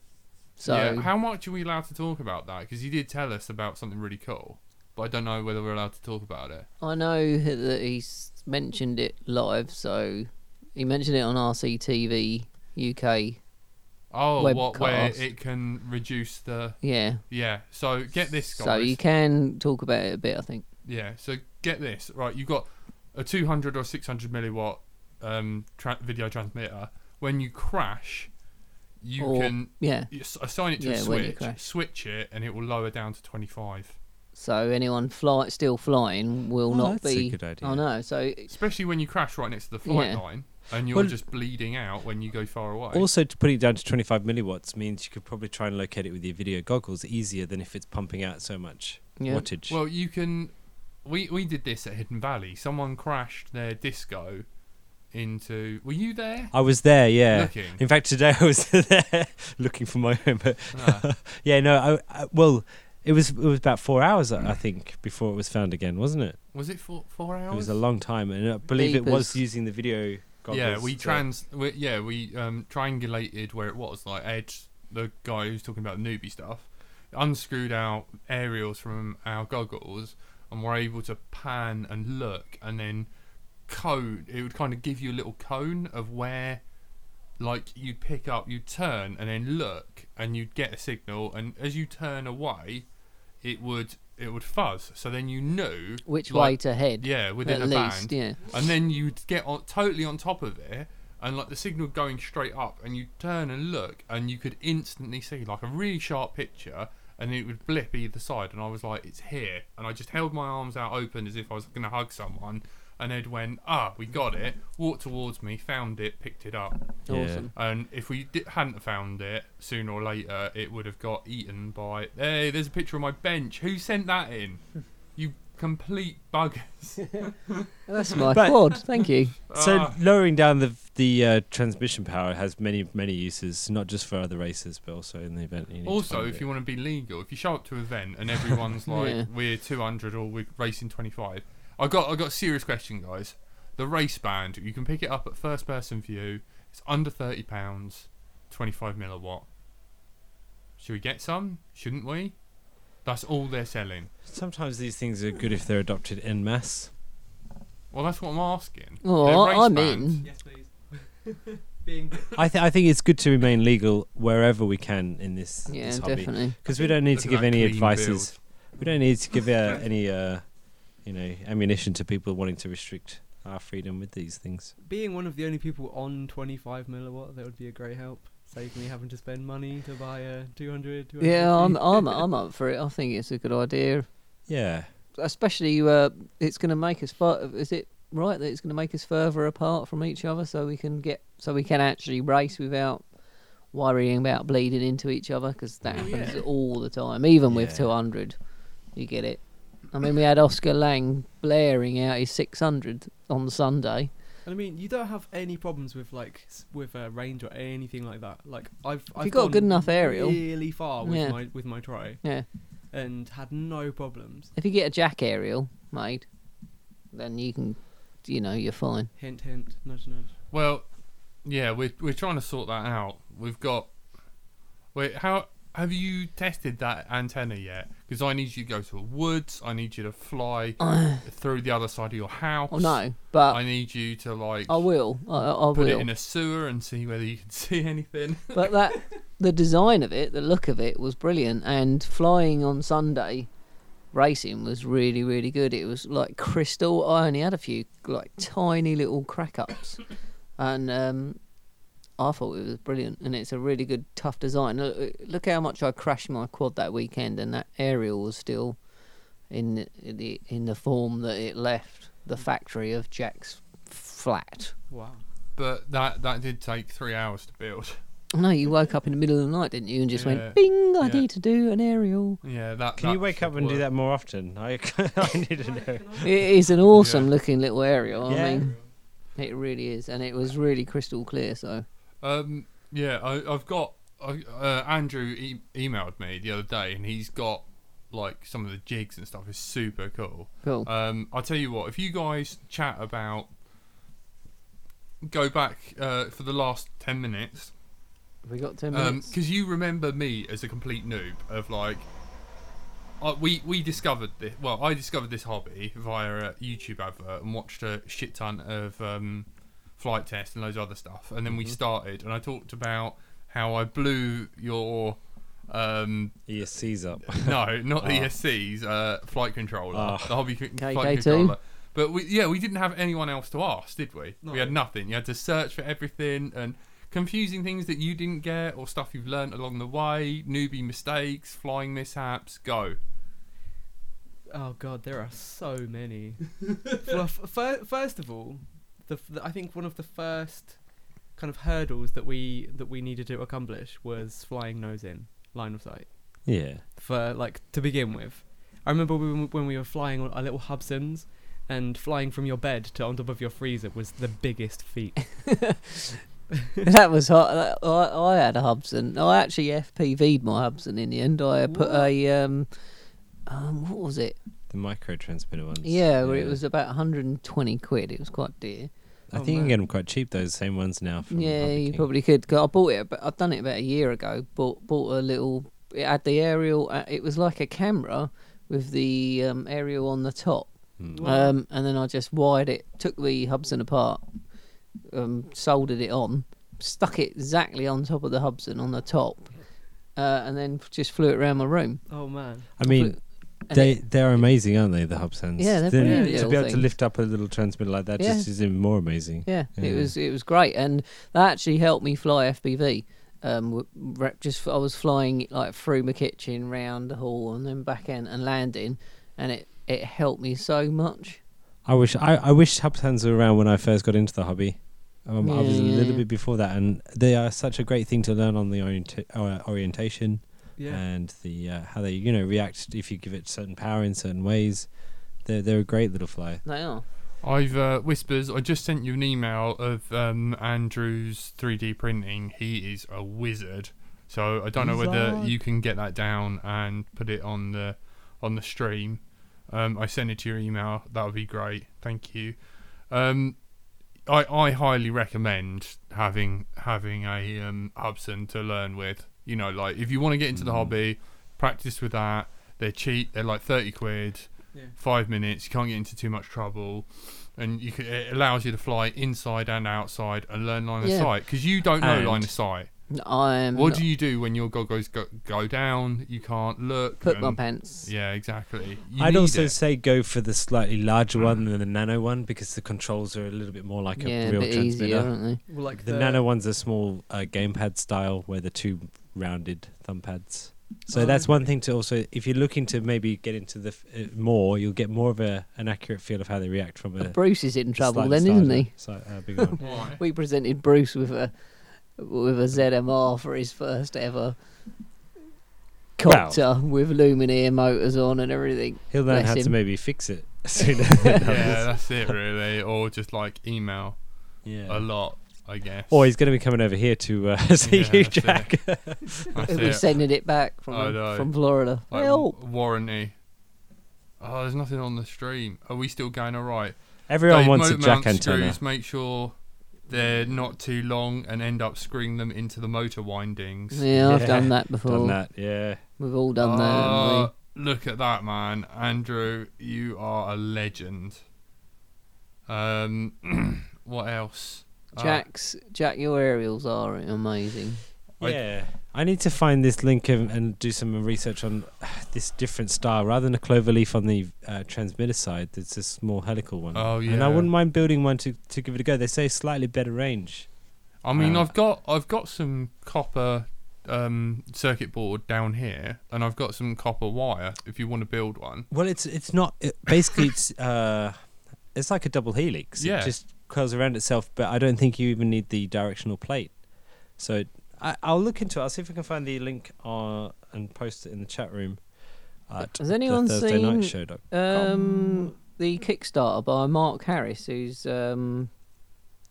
[SPEAKER 3] So
[SPEAKER 2] yeah, how much are we allowed to talk about that? Because you did tell us about something really cool, but I don't know whether we're allowed to talk about it.
[SPEAKER 3] I know that he's mentioned it live. So he mentioned it on RCTV UK.
[SPEAKER 2] Oh, what where
[SPEAKER 3] Webcast.
[SPEAKER 2] it can reduce the
[SPEAKER 3] Yeah.
[SPEAKER 2] yeah. So get this, guys.
[SPEAKER 3] So you can talk about it a bit, I think.
[SPEAKER 2] Yeah. So get this right. You've got a 200 or 600 milliwatt um, tra- video transmitter. When you crash, you
[SPEAKER 3] Or-
[SPEAKER 2] can
[SPEAKER 3] Yeah.
[SPEAKER 2] you s- assign it to a
[SPEAKER 3] Yeah, when you
[SPEAKER 2] switch,
[SPEAKER 3] crash.
[SPEAKER 2] switch it, and it will lower down to 25.
[SPEAKER 3] So anyone fly still flying will
[SPEAKER 1] Oh,
[SPEAKER 3] not
[SPEAKER 1] that's a
[SPEAKER 3] be.
[SPEAKER 1] good idea.
[SPEAKER 3] I know. So
[SPEAKER 2] Especially when you crash right next to the flight
[SPEAKER 3] Yeah.
[SPEAKER 2] line, and you're
[SPEAKER 1] Well-
[SPEAKER 2] just bleeding out when you go far away.
[SPEAKER 1] Also, to put it down to 25 milliwatts means you could probably try and locate it with your video goggles easier than if it's pumping out so much
[SPEAKER 3] Yeah.
[SPEAKER 1] wattage.
[SPEAKER 2] Well, you can. We we did this at Hidden Valley. Someone crashed their disco into. Were you there?
[SPEAKER 1] I was there, yeah.
[SPEAKER 2] Looking.
[SPEAKER 1] In fact, today I was (laughs) there looking for my home. But (laughs)
[SPEAKER 2] Ah.
[SPEAKER 1] yeah, no, I, I, well, it was it was about four hours, I I think, before it was found again, wasn't it?
[SPEAKER 2] Was it for four hours?
[SPEAKER 1] It was a long time, and I believe it was
[SPEAKER 3] Beepers.
[SPEAKER 1] using the video goggles.
[SPEAKER 2] Yeah, we
[SPEAKER 1] to-
[SPEAKER 2] trans. We, yeah, we um, triangulated where it was. Like Edge, the guy who's talking about newbie stuff, unscrewed our aerials from our goggles, and were able to pan and look, and then cone. It would kind of give you a little cone of where, like you'd pick up, you'd turn, and then look, and you'd get a signal. And as you turn away, it would it would fuzz. So then you knew
[SPEAKER 3] which
[SPEAKER 2] like,
[SPEAKER 3] way to head?
[SPEAKER 2] Yeah, within
[SPEAKER 3] at
[SPEAKER 2] a
[SPEAKER 3] least.
[SPEAKER 2] band (laughs)
[SPEAKER 3] Yeah.
[SPEAKER 2] and then you'd get on totally on top of it and like the signal going straight up and you turn and look and you could instantly see like a really sharp picture and it would blip either side and i was like it's here and i just held my arms out open as if i was going to hug someone and ed went ah we got it walked towards me found it picked it up
[SPEAKER 1] Yeah.
[SPEAKER 3] Awesome.
[SPEAKER 2] and if we di- hadn't found it sooner or later it would have got eaten by hey there's a picture of my bench who sent that in you complete buggers
[SPEAKER 3] That's my
[SPEAKER 1] But-
[SPEAKER 3] quad. Thank you.
[SPEAKER 1] So
[SPEAKER 2] Ah.
[SPEAKER 1] lowering down the the uh, transmission power has many many uses, not just for other races, but also in the event. You need
[SPEAKER 2] Also, if you want to be legal, if you show up to an event and everyone's like,
[SPEAKER 3] Yeah.
[SPEAKER 2] "We're 200 or we're racing 25," I got I got a serious question, guys. The race band, you can pick it up at first person view. It's under 30 pounds, 25 milliwatt. Should we get some? Shouldn't we? That's all they're selling.
[SPEAKER 1] sometimes these things are good if they're adopted en masse.
[SPEAKER 2] Well, that's what I'm asking.
[SPEAKER 3] Oh,
[SPEAKER 2] They're race
[SPEAKER 3] I'm
[SPEAKER 2] bands.
[SPEAKER 3] in.
[SPEAKER 4] Yes, please. (laughs) Being
[SPEAKER 1] I, th- I think it's good to remain legal wherever we can in this,
[SPEAKER 3] Yeah,
[SPEAKER 1] this hobby.
[SPEAKER 3] definitely.
[SPEAKER 1] because we don't need
[SPEAKER 2] Look
[SPEAKER 1] to
[SPEAKER 2] at
[SPEAKER 1] give
[SPEAKER 2] that
[SPEAKER 1] any
[SPEAKER 2] clean (laughs)
[SPEAKER 1] advices. We don't need to give uh, any, uh, you know, ammunition to people wanting to restrict our freedom with these things.
[SPEAKER 4] Being one of the only people on 25 milliwatt, that would be a great help. Save me having to spend money to buy a 200. 250.
[SPEAKER 3] Yeah, I'm, I'm, I'm up for it. I think it's a good idea.
[SPEAKER 1] Yeah.
[SPEAKER 3] Especially, uh, it's going to make us. fu- Is it right that it's going to make us further apart from each other, so we can get, so we can actually race without worrying about bleeding into each other? Because that
[SPEAKER 4] Oh,
[SPEAKER 3] happens
[SPEAKER 4] yeah.
[SPEAKER 3] all the time, even with
[SPEAKER 1] Yeah.
[SPEAKER 3] 200. You get it. I mean, we had Oscar Lang blaring out his 600 on Sunday.
[SPEAKER 4] And I mean, you don't have any problems with like s- with uh, range or anything like that. Like I've
[SPEAKER 3] If
[SPEAKER 4] I've
[SPEAKER 3] you've got a
[SPEAKER 4] gone
[SPEAKER 3] good enough aerial,
[SPEAKER 4] really far with
[SPEAKER 3] Yeah.
[SPEAKER 4] my with my try
[SPEAKER 3] yeah.
[SPEAKER 4] and had no problems.
[SPEAKER 3] If you get a jack aerial made, then you can, you know, you're fine.
[SPEAKER 4] Hint, hint, nudge, nudge.
[SPEAKER 2] Well, yeah, we're we're trying to sort that out. We've got. Wait, how have you tested that antenna yet? Because I need you to go to the woods. I need you to fly through the other side of your house.
[SPEAKER 3] Oh no, but
[SPEAKER 2] I need you to like
[SPEAKER 3] I will. I, I I
[SPEAKER 2] put it
[SPEAKER 3] will.
[SPEAKER 2] in a sewer and see whether you can (laughs) see anything.
[SPEAKER 3] but that, the design of it, the look of it was brilliant, and flying on Sunday, racing was really, really good. It was like crystal. I only had a few like tiny little crack ups, and um, I thought it was brilliant. And it's a really good tough design. Look, look how much I crashed my quad that weekend, and that aerial was still in the in the form that it left the factory of Jack's flat.
[SPEAKER 4] Wow.
[SPEAKER 2] But that that did take three hours to build.
[SPEAKER 3] No, you woke up in the middle of the night, didn't you? And just
[SPEAKER 2] Yeah.
[SPEAKER 3] went, bing, I
[SPEAKER 2] Yeah.
[SPEAKER 3] need to do an aerial.
[SPEAKER 2] Yeah, that.
[SPEAKER 1] Can you
[SPEAKER 2] that
[SPEAKER 1] wake up and do
[SPEAKER 2] worked.
[SPEAKER 1] that more often? I, (laughs) I need to know.
[SPEAKER 3] It is an awesome looking little aerial.
[SPEAKER 1] Yeah.
[SPEAKER 3] I mean, it really is. And it was really crystal clear, so.
[SPEAKER 2] Um, yeah, I, I've got I, uh, Andrew e- emailed me the other day, and he's got like some of the jigs and stuff is super cool.
[SPEAKER 3] Cool.
[SPEAKER 2] Um, I'll tell you what, if you guys chat about go back uh, for the last ten minutes,
[SPEAKER 3] we got 10
[SPEAKER 2] because
[SPEAKER 3] minutes. (laughs)
[SPEAKER 2] you remember me as a complete noob of like. I we we discovered this. Well, I discovered this hobby via a YouTube advert and watched a shit ton of um, flight tests and loads of other stuff. And then we started, and I talked about how I blew your um,
[SPEAKER 1] ESC's up.
[SPEAKER 2] (laughs) no, not the ESC's uh, flight controller,
[SPEAKER 1] Ah.
[SPEAKER 2] the hobby co- flight
[SPEAKER 3] KK2?
[SPEAKER 2] controller. But we, yeah, we didn't have anyone else to ask, did we?
[SPEAKER 4] No.
[SPEAKER 2] We had nothing. You had to search for everything and confusing things that you didn't get or stuff you've learned along the way, newbie mistakes, flying mishaps. Go.
[SPEAKER 4] Oh god, there are so
[SPEAKER 1] (laughs)
[SPEAKER 4] many. well, f- fir- first of all, the, f- the I think one of the first kind of hurdles that we that we needed to accomplish was flying nose in line of sight
[SPEAKER 1] yeah.
[SPEAKER 4] for like to begin with. I remember when we- when we were flying on our little Hubsons, and flying from your bed to on top of your freezer was the biggest feat.
[SPEAKER 3] that was hot. That- I, I had a Hubson. I actually FPV'd my Hubson in the end. I put a. Um, um, what was it?
[SPEAKER 1] The micro transmitter ones.
[SPEAKER 3] Yeah, where it was about 120 quid. It was quite dear.
[SPEAKER 1] I
[SPEAKER 4] Oh,
[SPEAKER 1] think you
[SPEAKER 4] man.
[SPEAKER 1] can get them quite cheap, those same ones now. From
[SPEAKER 3] yeah,
[SPEAKER 1] Hobby
[SPEAKER 3] you
[SPEAKER 1] King.
[SPEAKER 3] probably could. 'cause I bought it, but I've done it about a year ago. Bought bought a little. It had the aerial. uh, It was like a camera with the um, aerial on the top,
[SPEAKER 1] Mm.
[SPEAKER 4] Wow.
[SPEAKER 3] um, and then I just wired it. Took the Hubson apart, um, soldered it on, stuck it exactly on top of the Hubson on the top, uh, and then just flew it around my room.
[SPEAKER 4] oh man,
[SPEAKER 1] I mean,
[SPEAKER 3] And
[SPEAKER 1] they
[SPEAKER 3] it-
[SPEAKER 1] they're amazing, aren't they? The hub sands.
[SPEAKER 3] Yeah, they're
[SPEAKER 1] Then
[SPEAKER 3] brilliant
[SPEAKER 1] To
[SPEAKER 3] little
[SPEAKER 1] be able to
[SPEAKER 3] things.
[SPEAKER 1] lift up a little transmitter like that
[SPEAKER 3] Yeah.
[SPEAKER 1] just is even more amazing.
[SPEAKER 3] Yeah, it
[SPEAKER 1] Yeah.
[SPEAKER 3] was it was great, and that actually helped me fly FPV. Um, w- rep- just I was flying like through my kitchen, round the hall, and then back in and landing, and it it helped me so much.
[SPEAKER 1] I wish I, I wish hub sands were around when I first got into the hobby. Um, I
[SPEAKER 3] Yeah,
[SPEAKER 1] was a
[SPEAKER 3] yeah,
[SPEAKER 1] little
[SPEAKER 3] yeah.
[SPEAKER 1] bit before that, and they are such a great thing to learn on the orienta- uh, orientation
[SPEAKER 4] yeah.
[SPEAKER 1] and the uh, how they you know react if you give it certain power in certain ways. They're they're a great little fly.
[SPEAKER 3] They are.
[SPEAKER 2] I've uh, whispers. I just sent you an email of um, Andrew's 3D printing. He is a wizard. So I don't know whether you can get that down and put it on the on the stream. Um, I sent it to your email. That would be great. Thank you. Um, I I highly recommend having having a um, Hubson to learn with. You know, like if you want to get into the hobby, practice with that. They're cheap. They're like thirty quid five minutes. You can't get into too much trouble, and you can, it allows you to fly inside and outside and learn line of
[SPEAKER 3] Yeah.
[SPEAKER 2] sight because you don't know
[SPEAKER 1] And-
[SPEAKER 2] line of sight.
[SPEAKER 3] I'm
[SPEAKER 2] What
[SPEAKER 3] not-
[SPEAKER 2] do you do when your goggles go, go down? You can't look.
[SPEAKER 3] poop my
[SPEAKER 2] and-
[SPEAKER 3] pants.
[SPEAKER 2] Yeah, exactly. You
[SPEAKER 1] I'd
[SPEAKER 2] need
[SPEAKER 1] also
[SPEAKER 2] it. Mm.
[SPEAKER 1] say go for the slightly larger one than the nano one because the controls are a little bit more like a
[SPEAKER 3] Yeah,
[SPEAKER 1] real
[SPEAKER 3] a bit
[SPEAKER 1] transmitter.
[SPEAKER 3] easier, aren't they?
[SPEAKER 4] Well, like
[SPEAKER 1] the, nano one's a small uh, gamepad style where the two rounded thumb pads. So
[SPEAKER 4] Oh,
[SPEAKER 1] that's one thing to also, if you're looking to maybe get into the f- uh, more, you'll get more of a, an accurate feel of how they react from a.
[SPEAKER 3] Bruce is in
[SPEAKER 1] a
[SPEAKER 3] trouble
[SPEAKER 1] slightly
[SPEAKER 3] then, isn't
[SPEAKER 1] larger
[SPEAKER 3] he?
[SPEAKER 1] si- uh, bigger
[SPEAKER 3] (laughs)
[SPEAKER 1] one. (laughs)
[SPEAKER 2] Why?
[SPEAKER 3] We presented Bruce with a with a ZMR for his first ever
[SPEAKER 1] Well-
[SPEAKER 3] copter with Lumineer motors on and everything.
[SPEAKER 1] He'll learn
[SPEAKER 3] Bless
[SPEAKER 1] how to
[SPEAKER 3] him.
[SPEAKER 1] maybe fix
[SPEAKER 2] (laughs)
[SPEAKER 1] it (laughs) sooner than
[SPEAKER 2] yeah,
[SPEAKER 1] others.
[SPEAKER 2] that's it really. Or just like email
[SPEAKER 1] Yeah.
[SPEAKER 2] a lot, I guess.
[SPEAKER 1] Or he's going to be coming over here to uh, (laughs) see
[SPEAKER 2] Yeah,
[SPEAKER 1] you,
[SPEAKER 2] that's it.
[SPEAKER 1] Jack. (laughs)
[SPEAKER 2] That's
[SPEAKER 3] We're
[SPEAKER 2] it.
[SPEAKER 3] sending it back from
[SPEAKER 2] I know.
[SPEAKER 3] from Florida.
[SPEAKER 2] Like,
[SPEAKER 3] (laughs) Help!
[SPEAKER 2] w- warranty. Oh, there's nothing on the stream. Are we still going alright?
[SPEAKER 1] Everyone
[SPEAKER 2] Dave,
[SPEAKER 1] wants a
[SPEAKER 2] motor
[SPEAKER 1] jack
[SPEAKER 2] mount
[SPEAKER 1] antenna.
[SPEAKER 2] Screws, make sure they're not too long and end up screwing them into the motor windings.
[SPEAKER 3] Yeah, I've
[SPEAKER 1] Yeah,
[SPEAKER 3] done that before.
[SPEAKER 1] Done that, yeah.
[SPEAKER 3] We've all done that. haven't we?
[SPEAKER 2] Ah, Look at that, man. Andrew, you are a legend. Um, (clears throat) what else? Ah,
[SPEAKER 3] Jack's Jack, your aerials are amazing.
[SPEAKER 2] I-
[SPEAKER 1] yeah. I need to find this link and, and do some research on (sighs) this different style. Rather than a clover leaf on the uh, transmitter side, it's a small helical one.
[SPEAKER 2] Oh,
[SPEAKER 1] And I
[SPEAKER 2] yeah.
[SPEAKER 1] wouldn't mind building one to, to give it a go. They say slightly better range.
[SPEAKER 2] I mean,
[SPEAKER 1] Uh,
[SPEAKER 2] I've got I've got some copper um, circuit board down here, and I've got some copper wire. If you want to build one,
[SPEAKER 1] Well, it's it's not. It, basically, it's uh, it's like a double helix.
[SPEAKER 2] Yeah.
[SPEAKER 1] It just curls around itself, but I don't think you even need the directional plate. So I, I'll look into it. I'll see if I can find the link uh, and post it in the chat room. At
[SPEAKER 3] Has anyone
[SPEAKER 1] the Thursday Night
[SPEAKER 3] seen-
[SPEAKER 1] Show doc-
[SPEAKER 3] Um, the Kickstarter by Mark Harris, who's um,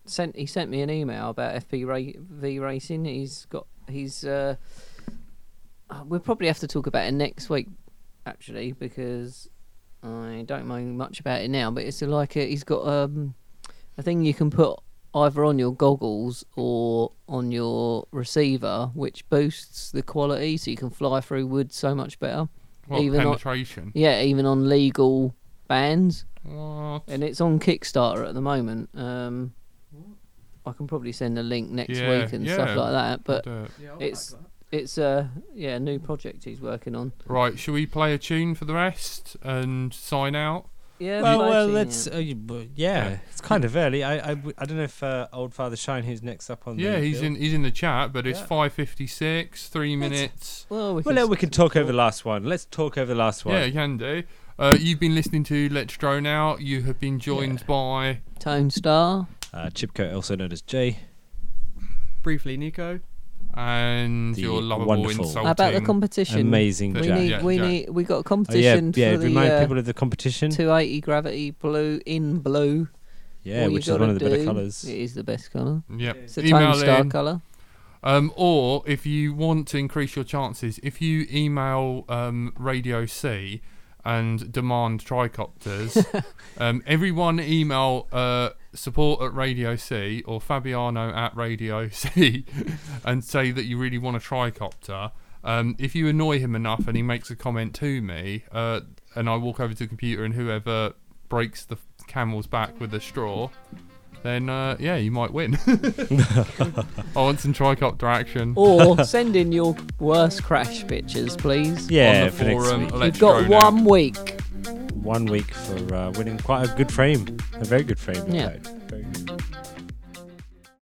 [SPEAKER 3] sent he sent me an email about FP ra- V racing. He's got he's uh, uh, we'll probably have to talk about it next week, actually, because I don't know much about it now. But it's like a, he's got um, a thing you can put either on your goggles or on your receiver, which boosts the quality, so you can fly through wood so much better.
[SPEAKER 2] well,
[SPEAKER 3] Even on-
[SPEAKER 2] penetration.
[SPEAKER 3] Yeah, even on legal bands,
[SPEAKER 2] What?
[SPEAKER 3] and it's on Kickstarter at the moment. Um, I can probably send a link next
[SPEAKER 2] Yeah,
[SPEAKER 3] week and
[SPEAKER 2] yeah.
[SPEAKER 3] stuff like that. But
[SPEAKER 2] Uh,
[SPEAKER 4] Yeah, I'll
[SPEAKER 3] it's-
[SPEAKER 4] like that.
[SPEAKER 3] it's a yeah a new project he's working on.
[SPEAKER 2] right, shall we play a tune for the rest and sign out?
[SPEAKER 3] Yeah,
[SPEAKER 1] Well,
[SPEAKER 3] Viking,
[SPEAKER 1] well,
[SPEAKER 3] yeah.
[SPEAKER 1] let's. Uh, you- but yeah, it's kind of early. I, I, w- I don't know if uh, old Father Shine, who's next up on the
[SPEAKER 2] Yeah, he's
[SPEAKER 1] bill-
[SPEAKER 2] in he's in the chat, but it's
[SPEAKER 1] Yeah.
[SPEAKER 2] five fifty six, three
[SPEAKER 1] That's-
[SPEAKER 2] minutes.
[SPEAKER 3] Well, we
[SPEAKER 1] Well,
[SPEAKER 3] can
[SPEAKER 1] no,
[SPEAKER 3] s-
[SPEAKER 1] we can talk over the last one. Let's talk over the last one.
[SPEAKER 2] Yeah, you can do. Uh, you've been listening to Let's Drone Out. You have been joined by
[SPEAKER 3] Tone Star.
[SPEAKER 1] Uh, Chipko, also known as Jay.
[SPEAKER 4] briefly Nico.
[SPEAKER 2] and
[SPEAKER 1] The
[SPEAKER 2] your lovable
[SPEAKER 1] wonderful-
[SPEAKER 2] insulting.
[SPEAKER 3] How about the competition?
[SPEAKER 1] Amazing
[SPEAKER 3] We
[SPEAKER 2] Yeah,
[SPEAKER 1] Jack.
[SPEAKER 3] need
[SPEAKER 2] yeah,
[SPEAKER 3] we
[SPEAKER 2] yeah.
[SPEAKER 3] need we got a
[SPEAKER 1] Oh, yeah,
[SPEAKER 3] competition
[SPEAKER 1] yeah.
[SPEAKER 3] for the
[SPEAKER 1] Remind
[SPEAKER 3] uh,
[SPEAKER 1] people of the competition.
[SPEAKER 3] 280 gravity blue in blue.
[SPEAKER 1] Yeah,
[SPEAKER 3] All you
[SPEAKER 1] which is
[SPEAKER 3] gotta
[SPEAKER 1] one of the better
[SPEAKER 3] do-
[SPEAKER 1] colours.
[SPEAKER 3] It is the best colour.
[SPEAKER 2] Yep.
[SPEAKER 4] It's
[SPEAKER 3] It's a
[SPEAKER 2] Email
[SPEAKER 3] Tone Star
[SPEAKER 2] in.
[SPEAKER 3] colour.
[SPEAKER 2] Um, or if you want to increase your chances, if you email um, Radio C and demand
[SPEAKER 3] (laughs)
[SPEAKER 2] tricopters, um, everyone email uh, support at Radio C or Fabiano at Radio (laughs) C and say that you really want a tricopter. Um, if you annoy him enough and he makes a comment to me, uh, and I walk over to the computer and whoever breaks the camel's back with a straw, then uh, yeah, you might win. (laughs) I want some tricopter action.
[SPEAKER 1] Oh,
[SPEAKER 3] Or send in your worst crash pictures, please.
[SPEAKER 1] Yeah,
[SPEAKER 2] on the
[SPEAKER 1] for next
[SPEAKER 2] forum.
[SPEAKER 1] week.
[SPEAKER 2] Let's
[SPEAKER 3] We've got
[SPEAKER 2] drone out.
[SPEAKER 3] one week.
[SPEAKER 1] one week for uh, winning quite a good frame, a very good frame. in
[SPEAKER 3] Yeah.
[SPEAKER 1] fact.